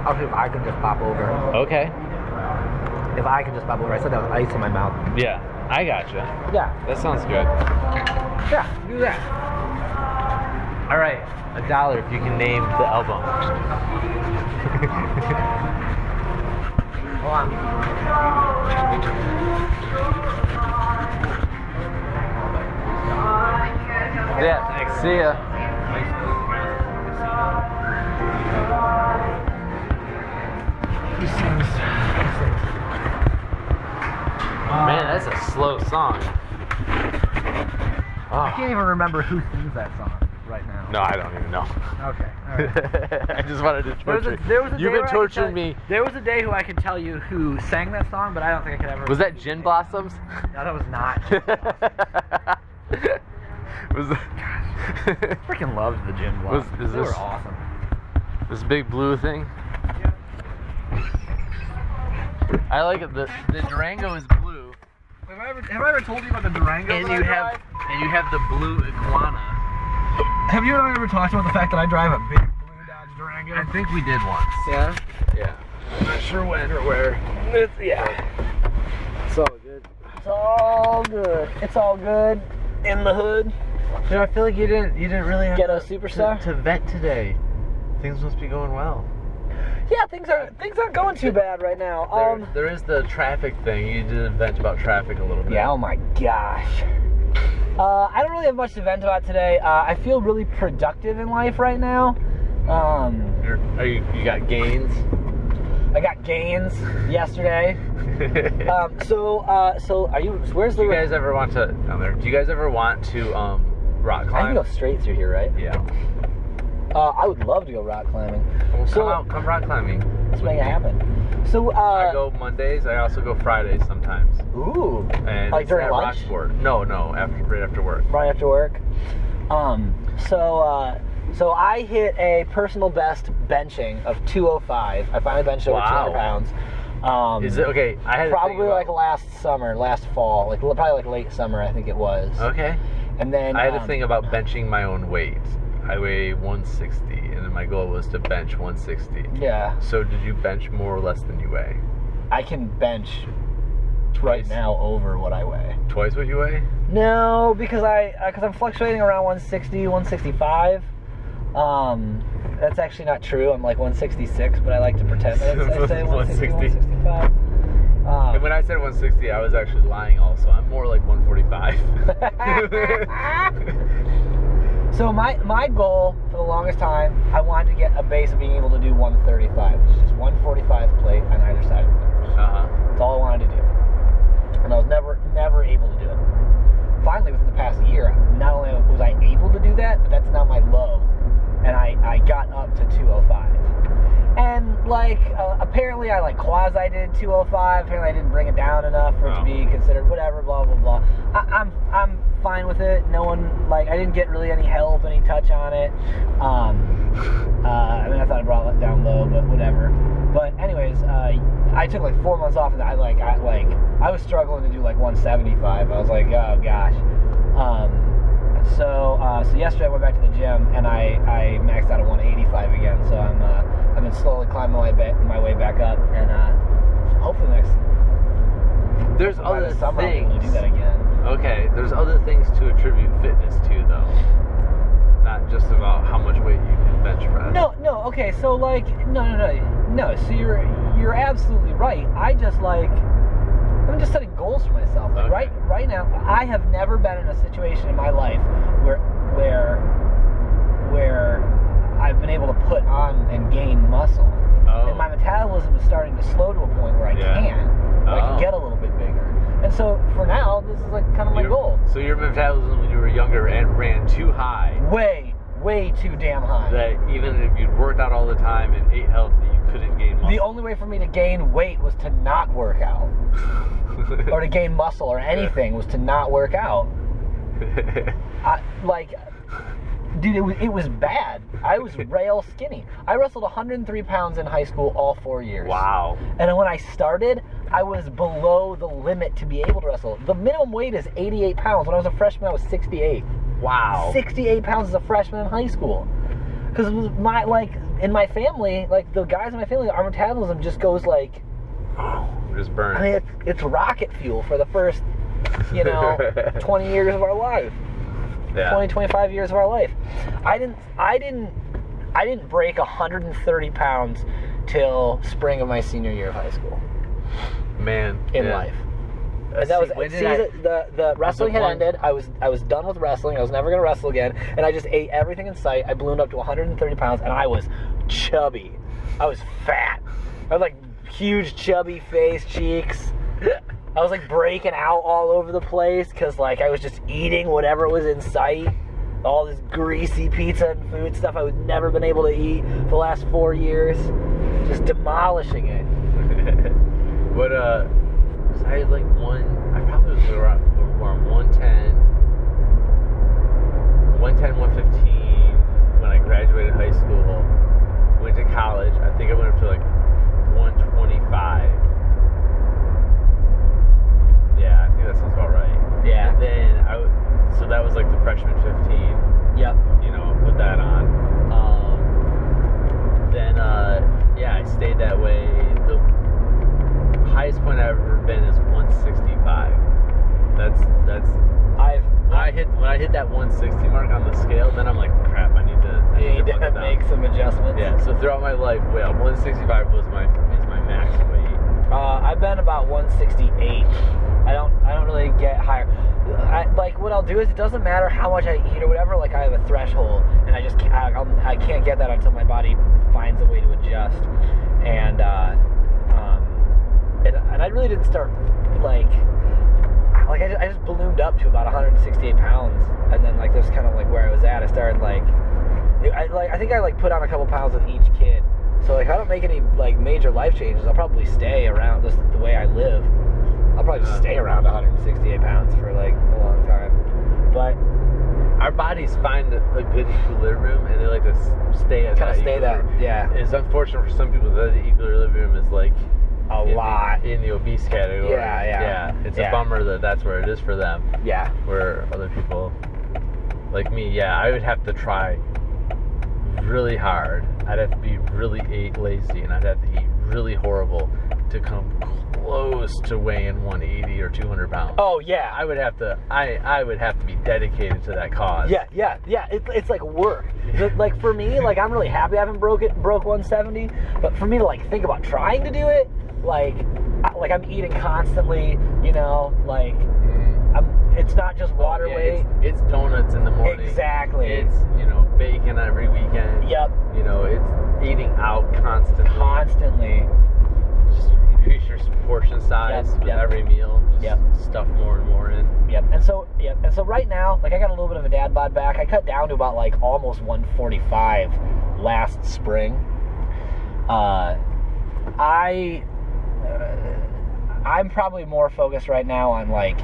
[SPEAKER 1] I'll see if I can just pop over.
[SPEAKER 4] Okay.
[SPEAKER 1] If I can just pop over. I said that with ice in my mouth.
[SPEAKER 4] Yeah, I gotcha.
[SPEAKER 1] Yeah,
[SPEAKER 4] That sounds good.
[SPEAKER 1] yeah, do that.
[SPEAKER 4] All right, a dollar if you can name the album.
[SPEAKER 1] Hold on.
[SPEAKER 4] Yeah, thanks. See ya. Man, that's a slow song. Oh.
[SPEAKER 1] I can't even remember who sings that song right now.
[SPEAKER 4] No, I don't even know.
[SPEAKER 1] Okay, all right.
[SPEAKER 4] I just wanted to
[SPEAKER 1] There was
[SPEAKER 4] torture.
[SPEAKER 1] a,
[SPEAKER 4] you.
[SPEAKER 1] there was a day
[SPEAKER 4] You've
[SPEAKER 1] where
[SPEAKER 4] been
[SPEAKER 1] I could
[SPEAKER 4] torturing
[SPEAKER 1] tell-
[SPEAKER 4] me.
[SPEAKER 1] There was a day who I could tell you who sang that song, but I don't think I could ever.
[SPEAKER 4] Was that Gin Blossoms?
[SPEAKER 1] No, that was not.
[SPEAKER 4] was that,
[SPEAKER 1] Freaking loved the gym
[SPEAKER 4] Was-
[SPEAKER 1] blocks.
[SPEAKER 4] is
[SPEAKER 1] they
[SPEAKER 4] this-
[SPEAKER 1] were awesome.
[SPEAKER 4] this big blue thing? I like it. The, the Durango is blue,
[SPEAKER 1] Have I, ever, have I ever told you about the Durango?
[SPEAKER 4] and you have and you have the blue iguana.
[SPEAKER 1] Have you and I ever talked about the fact that I drive a big blue Dodge Durango?
[SPEAKER 4] I think we did once.
[SPEAKER 1] Yeah.
[SPEAKER 4] Yeah.
[SPEAKER 8] not sure when or where.
[SPEAKER 1] It's, yeah.
[SPEAKER 8] It's all good.
[SPEAKER 1] It's all good. It's all good in the hood.
[SPEAKER 8] You know, I feel like you didn't you didn't really have
[SPEAKER 9] Ghetto
[SPEAKER 8] to-
[SPEAKER 9] superstar?
[SPEAKER 8] to, to vet today. Things must be going well.
[SPEAKER 9] Yeah, things are things aren't going too bad right now.
[SPEAKER 4] There,
[SPEAKER 9] Um,
[SPEAKER 4] there is the traffic thing. You did vent about traffic a little bit.
[SPEAKER 9] Yeah, oh my gosh. Uh, I don't really have much to vent about today. Uh, I feel really productive in life right now. Um,
[SPEAKER 4] You're- Are you, you got gains?
[SPEAKER 9] I got gains yesterday.
[SPEAKER 4] do
[SPEAKER 9] Um, so, uh, so are you? Where's the?
[SPEAKER 4] you guys ever want to? Down there. Do you guys ever want to um rock
[SPEAKER 9] I
[SPEAKER 4] climb?
[SPEAKER 9] can go straight through here, right?
[SPEAKER 4] Yeah.
[SPEAKER 1] Uh, I would love to go rock climbing.
[SPEAKER 3] Well,
[SPEAKER 1] So-
[SPEAKER 3] come out, come rock climbing.
[SPEAKER 1] Let's make it happen. So, uh,
[SPEAKER 3] I go Mondays. I also go Fridays sometimes.
[SPEAKER 1] ooh,
[SPEAKER 3] And
[SPEAKER 1] Like
[SPEAKER 3] it's
[SPEAKER 1] during
[SPEAKER 3] at
[SPEAKER 1] lunch?
[SPEAKER 3] Rocksport. No, no, after right after work.
[SPEAKER 1] right after work. Um, so, uh, so I hit a personal best benching of 205. I finally benched over
[SPEAKER 3] Wow.
[SPEAKER 1] 200 pounds. Um,
[SPEAKER 3] Is it okay? I had to think
[SPEAKER 1] probably
[SPEAKER 3] about-
[SPEAKER 1] like last summer, last fall, like probably like late summer, I think it was.
[SPEAKER 3] Okay.
[SPEAKER 1] And then
[SPEAKER 3] I had
[SPEAKER 1] um,
[SPEAKER 3] to think about benching my own weight. I weigh 160, and then my goal was to bench 160.
[SPEAKER 1] Yeah,
[SPEAKER 3] So did you bench more or less than you weigh?
[SPEAKER 1] I can bench right
[SPEAKER 3] Twice.
[SPEAKER 1] now over what I weigh.
[SPEAKER 3] Twice what you weigh?
[SPEAKER 1] No, because I because I'm fluctuating around 160, 165. Um, that's actually not true. I'm like 166, but I like to pretend that it's, I say 160,
[SPEAKER 3] 160.
[SPEAKER 1] 165.
[SPEAKER 3] And
[SPEAKER 1] Um,
[SPEAKER 3] when I said 160, I was actually lying. Also, I'm more like 145.
[SPEAKER 1] so my my goal for the longest time, I wanted to get a base of being able to do 135, which is just 145 plate on either side of the bench.
[SPEAKER 3] uh-huh.
[SPEAKER 1] That's all I wanted to do. And I was never, never able to do it. Finally, within the past year, not only was I able to do that, but that's now my low. And I, I got up to 205. And, like, uh, apparently I, like, quasi did 205. Apparently I didn't bring it down enough for it
[SPEAKER 3] Oh.
[SPEAKER 1] to be considered whatever, blah, blah, blah. I, I'm, I'm fine with it. No one, like, I didn't get really any help, any touch on it. Um, uh, I mean, I thought I brought it down low, but whatever. But anyways, uh, I took like four months off, and I like, I like, I was struggling to do like 175. I was like, oh gosh. Um, so, uh, so yesterday I went back to the gym, and I, I maxed out at 185 again. So I'm, uh, I've been slowly climbing my way back, my way back up, and uh, hopefully next
[SPEAKER 3] There's
[SPEAKER 1] by
[SPEAKER 3] other
[SPEAKER 1] the summer I'll be able to do
[SPEAKER 3] things.
[SPEAKER 1] that again.
[SPEAKER 3] Okay, there's other things to attribute fitness to, though. Not just about how much weight you can bench press.
[SPEAKER 1] No, no, okay, so like, no, no, no, no. So you're you're absolutely right. I just like, I'm just setting goals for myself. Like
[SPEAKER 3] Okay.
[SPEAKER 1] right right now, I have never been in a situation in my life where where where I've been able to put on and gain muscle,
[SPEAKER 3] Oh.
[SPEAKER 1] and my metabolism is starting to slow to a point where I
[SPEAKER 3] Yeah.
[SPEAKER 1] can, where I
[SPEAKER 3] Oh.
[SPEAKER 1] can get a little bit bigger. And so for now, this is like kind of my
[SPEAKER 3] Your-
[SPEAKER 1] goal.
[SPEAKER 3] So your metabolism when you were younger and ran too high
[SPEAKER 1] Way way too damn high.
[SPEAKER 3] that even if you'd worked out all the time and ate healthy, you couldn't gain muscle.
[SPEAKER 1] The only way for me to gain weight was to not work out. or to gain muscle or anything was to not work out. I, like, dude, it was, it was bad. I was rail skinny. I wrestled 103 pounds in high school all four years.
[SPEAKER 3] wow.
[SPEAKER 1] And when I started, I was below the limit to be able to wrestle. The minimum weight is 88 pounds. When I was a freshman, I was 68.
[SPEAKER 3] Wow.
[SPEAKER 1] 68 pounds as a freshman in high school. Because my like in my family, like the guys in my family, our metabolism just goes like
[SPEAKER 3] Just
[SPEAKER 1] I mean,
[SPEAKER 3] burned.
[SPEAKER 1] it's, it's rocket fuel for the first, you know, 20 years of our life,
[SPEAKER 3] Yeah.
[SPEAKER 1] 20, 25 years of our life. I didn't, I didn't, I didn't break 130 pounds till spring of my senior year of high school
[SPEAKER 3] Man.
[SPEAKER 1] in
[SPEAKER 3] yeah.
[SPEAKER 1] life.
[SPEAKER 3] Uh,
[SPEAKER 1] And that was
[SPEAKER 3] see, when did
[SPEAKER 1] season,
[SPEAKER 3] I-
[SPEAKER 1] the the wrestling had
[SPEAKER 3] one-
[SPEAKER 1] ended. I was I was done with wrestling. I was never gonna wrestle again, and I just ate everything in sight. I ballooned up to 130 pounds, and I was chubby. I was fat. I had like huge chubby face, cheeks. I was like breaking out all over the place because like I was just eating whatever was in sight. All this greasy pizza and food stuff I would never been able to eat for the last four years. Just demolishing it.
[SPEAKER 3] But uh, was I like one? I probably was around, around 110, 110, 115 when I graduated high school. Went to college. I think I went up to like 125. Yeah, I think that sounds about right.
[SPEAKER 1] Yeah.
[SPEAKER 3] And then I, w- so that was like the freshman 15
[SPEAKER 1] Yep.
[SPEAKER 3] you know, put that on. Um, then, uh, yeah, I stayed that way. The highest point I've ever been is 165. That's that's
[SPEAKER 1] I've
[SPEAKER 3] when I hit when I hit that 160 mark on the scale. Then I'm like, crap, I need to. I
[SPEAKER 1] You need
[SPEAKER 3] bump it
[SPEAKER 1] to
[SPEAKER 3] down.
[SPEAKER 1] make some adjustments.
[SPEAKER 3] Yeah. So throughout my life, well, 165 was my is my max weight.
[SPEAKER 1] Uh, I've been about 168. I don't I don't really get higher. I, like what I'll do is it doesn't matter how much I eat or whatever. Like I have a threshold, and I just can't, I, I'll, I can't get that until my body finds a way to adjust. And uh, um, and, and I really didn't start like like I just, I just ballooned up to about 168 pounds, and then like that's kind of like where I was at. I started like I like I think I like put on a couple pounds with each kid. So like if I don't make any like major life changes, I'll probably stay around just the way I live. I'll probably just stay around 168 pounds for like a long time. But
[SPEAKER 3] Our bodies find a a good equilibrium, and they like to s- stay at
[SPEAKER 1] kind of
[SPEAKER 3] that
[SPEAKER 1] stay that
[SPEAKER 3] equilibrium.
[SPEAKER 1] yeah.
[SPEAKER 3] It's unfortunate for some people that the equilibrium is like
[SPEAKER 1] A
[SPEAKER 3] in the-
[SPEAKER 1] lot.
[SPEAKER 3] in the obese category.
[SPEAKER 1] Yeah, yeah.
[SPEAKER 3] It's
[SPEAKER 1] Yeah.
[SPEAKER 3] a bummer that that's where it is for them.
[SPEAKER 1] Yeah.
[SPEAKER 3] where other people like me yeah i would have to try really hard i'd have to be really eat lazy and i'd have to eat really horrible to come close to weighing 180 or 200 pounds
[SPEAKER 1] Oh yeah.
[SPEAKER 3] i would have to i i would have to be dedicated to that cause
[SPEAKER 1] Yeah, yeah, yeah. It, it's like work. But, like for me, like I'm really happy I haven't broke it, broke 170. But for me to like think about trying to do it, like, I, like I'm eating constantly. You know, like
[SPEAKER 3] Mm.
[SPEAKER 1] I'm. It's not just
[SPEAKER 3] Oh,
[SPEAKER 1] water
[SPEAKER 3] yeah,
[SPEAKER 1] weight.
[SPEAKER 3] it's, it's donuts in the morning
[SPEAKER 1] Exactly.
[SPEAKER 3] it's you know bacon every weekend
[SPEAKER 1] yep.
[SPEAKER 3] you know it's eating out constantly
[SPEAKER 1] Constantly.
[SPEAKER 3] just increase your portion size
[SPEAKER 1] Yep,
[SPEAKER 3] with
[SPEAKER 1] yep.
[SPEAKER 3] every meal just
[SPEAKER 1] Yep.
[SPEAKER 3] stuff more and more in
[SPEAKER 1] Yep. And so yep. And so right now, like I got a little bit of a dad bod back. I cut down to about like almost 145 last spring. Uh, I uh, I'm probably more focused right now on like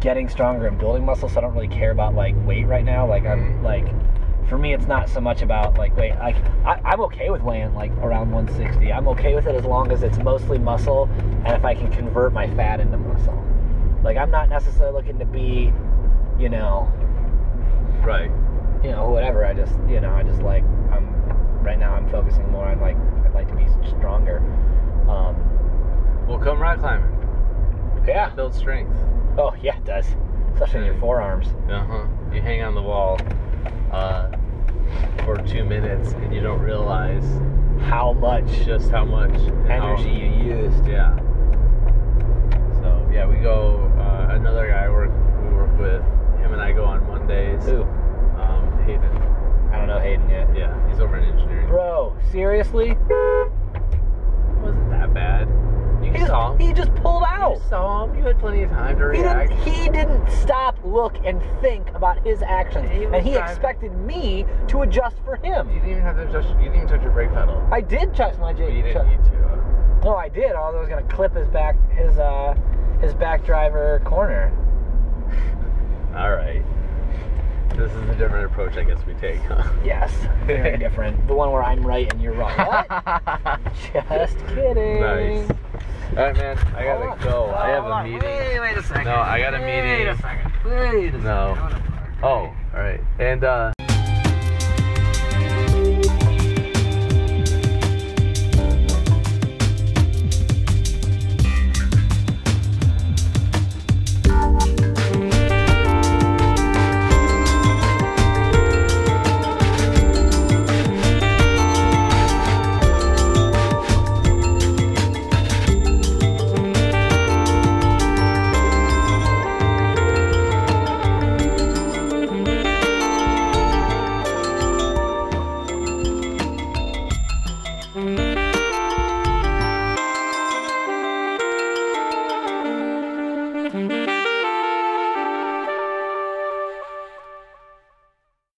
[SPEAKER 1] getting stronger and building muscle. So I don't really care about like weight right now. Like I'm like for me, it's not so much about like weight. Like I, I'm okay with weighing like around 160. I'm okay with it as long as it's mostly muscle and if I can convert my fat into muscle. Like I'm not necessarily looking to be, you know,
[SPEAKER 3] right
[SPEAKER 1] you know, whatever. I just, you know, I just like I'm right now. I'm focusing more on like I'd like to be stronger. Um,
[SPEAKER 3] Well, come rock climbing.
[SPEAKER 1] yeah.
[SPEAKER 3] Build strength.
[SPEAKER 1] Oh yeah, it does. Especially in your forearms.
[SPEAKER 3] Uh huh. You hang on the wall uh, for two minutes and you don't realize
[SPEAKER 1] How much
[SPEAKER 3] just how much and how-
[SPEAKER 1] energy you used.
[SPEAKER 3] yeah. So yeah, we go. Uh, another guy I work we work with. Him and I go on Mondays.
[SPEAKER 1] Who?
[SPEAKER 3] Um, Hayden.
[SPEAKER 1] I don't know Hayden yet.
[SPEAKER 3] Yeah, he's over in engineering.
[SPEAKER 1] Bro, seriously?
[SPEAKER 3] It wasn't that bad. You
[SPEAKER 1] He just,
[SPEAKER 3] saw him.
[SPEAKER 1] he just pulled out.
[SPEAKER 3] You saw him. You had plenty of time to
[SPEAKER 1] He
[SPEAKER 3] react.
[SPEAKER 1] didn't, he didn't stop, look, and think about his actions.
[SPEAKER 3] He was
[SPEAKER 1] and he
[SPEAKER 3] driving.
[SPEAKER 1] expected me to adjust for
[SPEAKER 3] You
[SPEAKER 1] him.
[SPEAKER 3] didn't even have to touch. You didn't even touch your brake pedal.
[SPEAKER 1] I did touch my
[SPEAKER 3] But
[SPEAKER 1] Jake.
[SPEAKER 3] you didn't need to.
[SPEAKER 1] No, I did. Although I was gonna clip his back, his uh, his back driver corner.
[SPEAKER 3] uh, All right. This is a different approach I guess we take, huh?
[SPEAKER 1] Yes, very different. The one where I'm right and you're wrong. What? Just kidding.
[SPEAKER 3] nice. All right, man. I
[SPEAKER 1] Hold on.
[SPEAKER 3] gotta go. I have
[SPEAKER 1] Hold
[SPEAKER 3] a
[SPEAKER 1] on. Wait,
[SPEAKER 3] meeting.
[SPEAKER 1] wait a second.
[SPEAKER 3] No, I got a
[SPEAKER 1] Wait a
[SPEAKER 3] meeting.
[SPEAKER 1] second. Wait a second.
[SPEAKER 3] No.
[SPEAKER 1] Hold on.
[SPEAKER 3] Oh, all right. And uh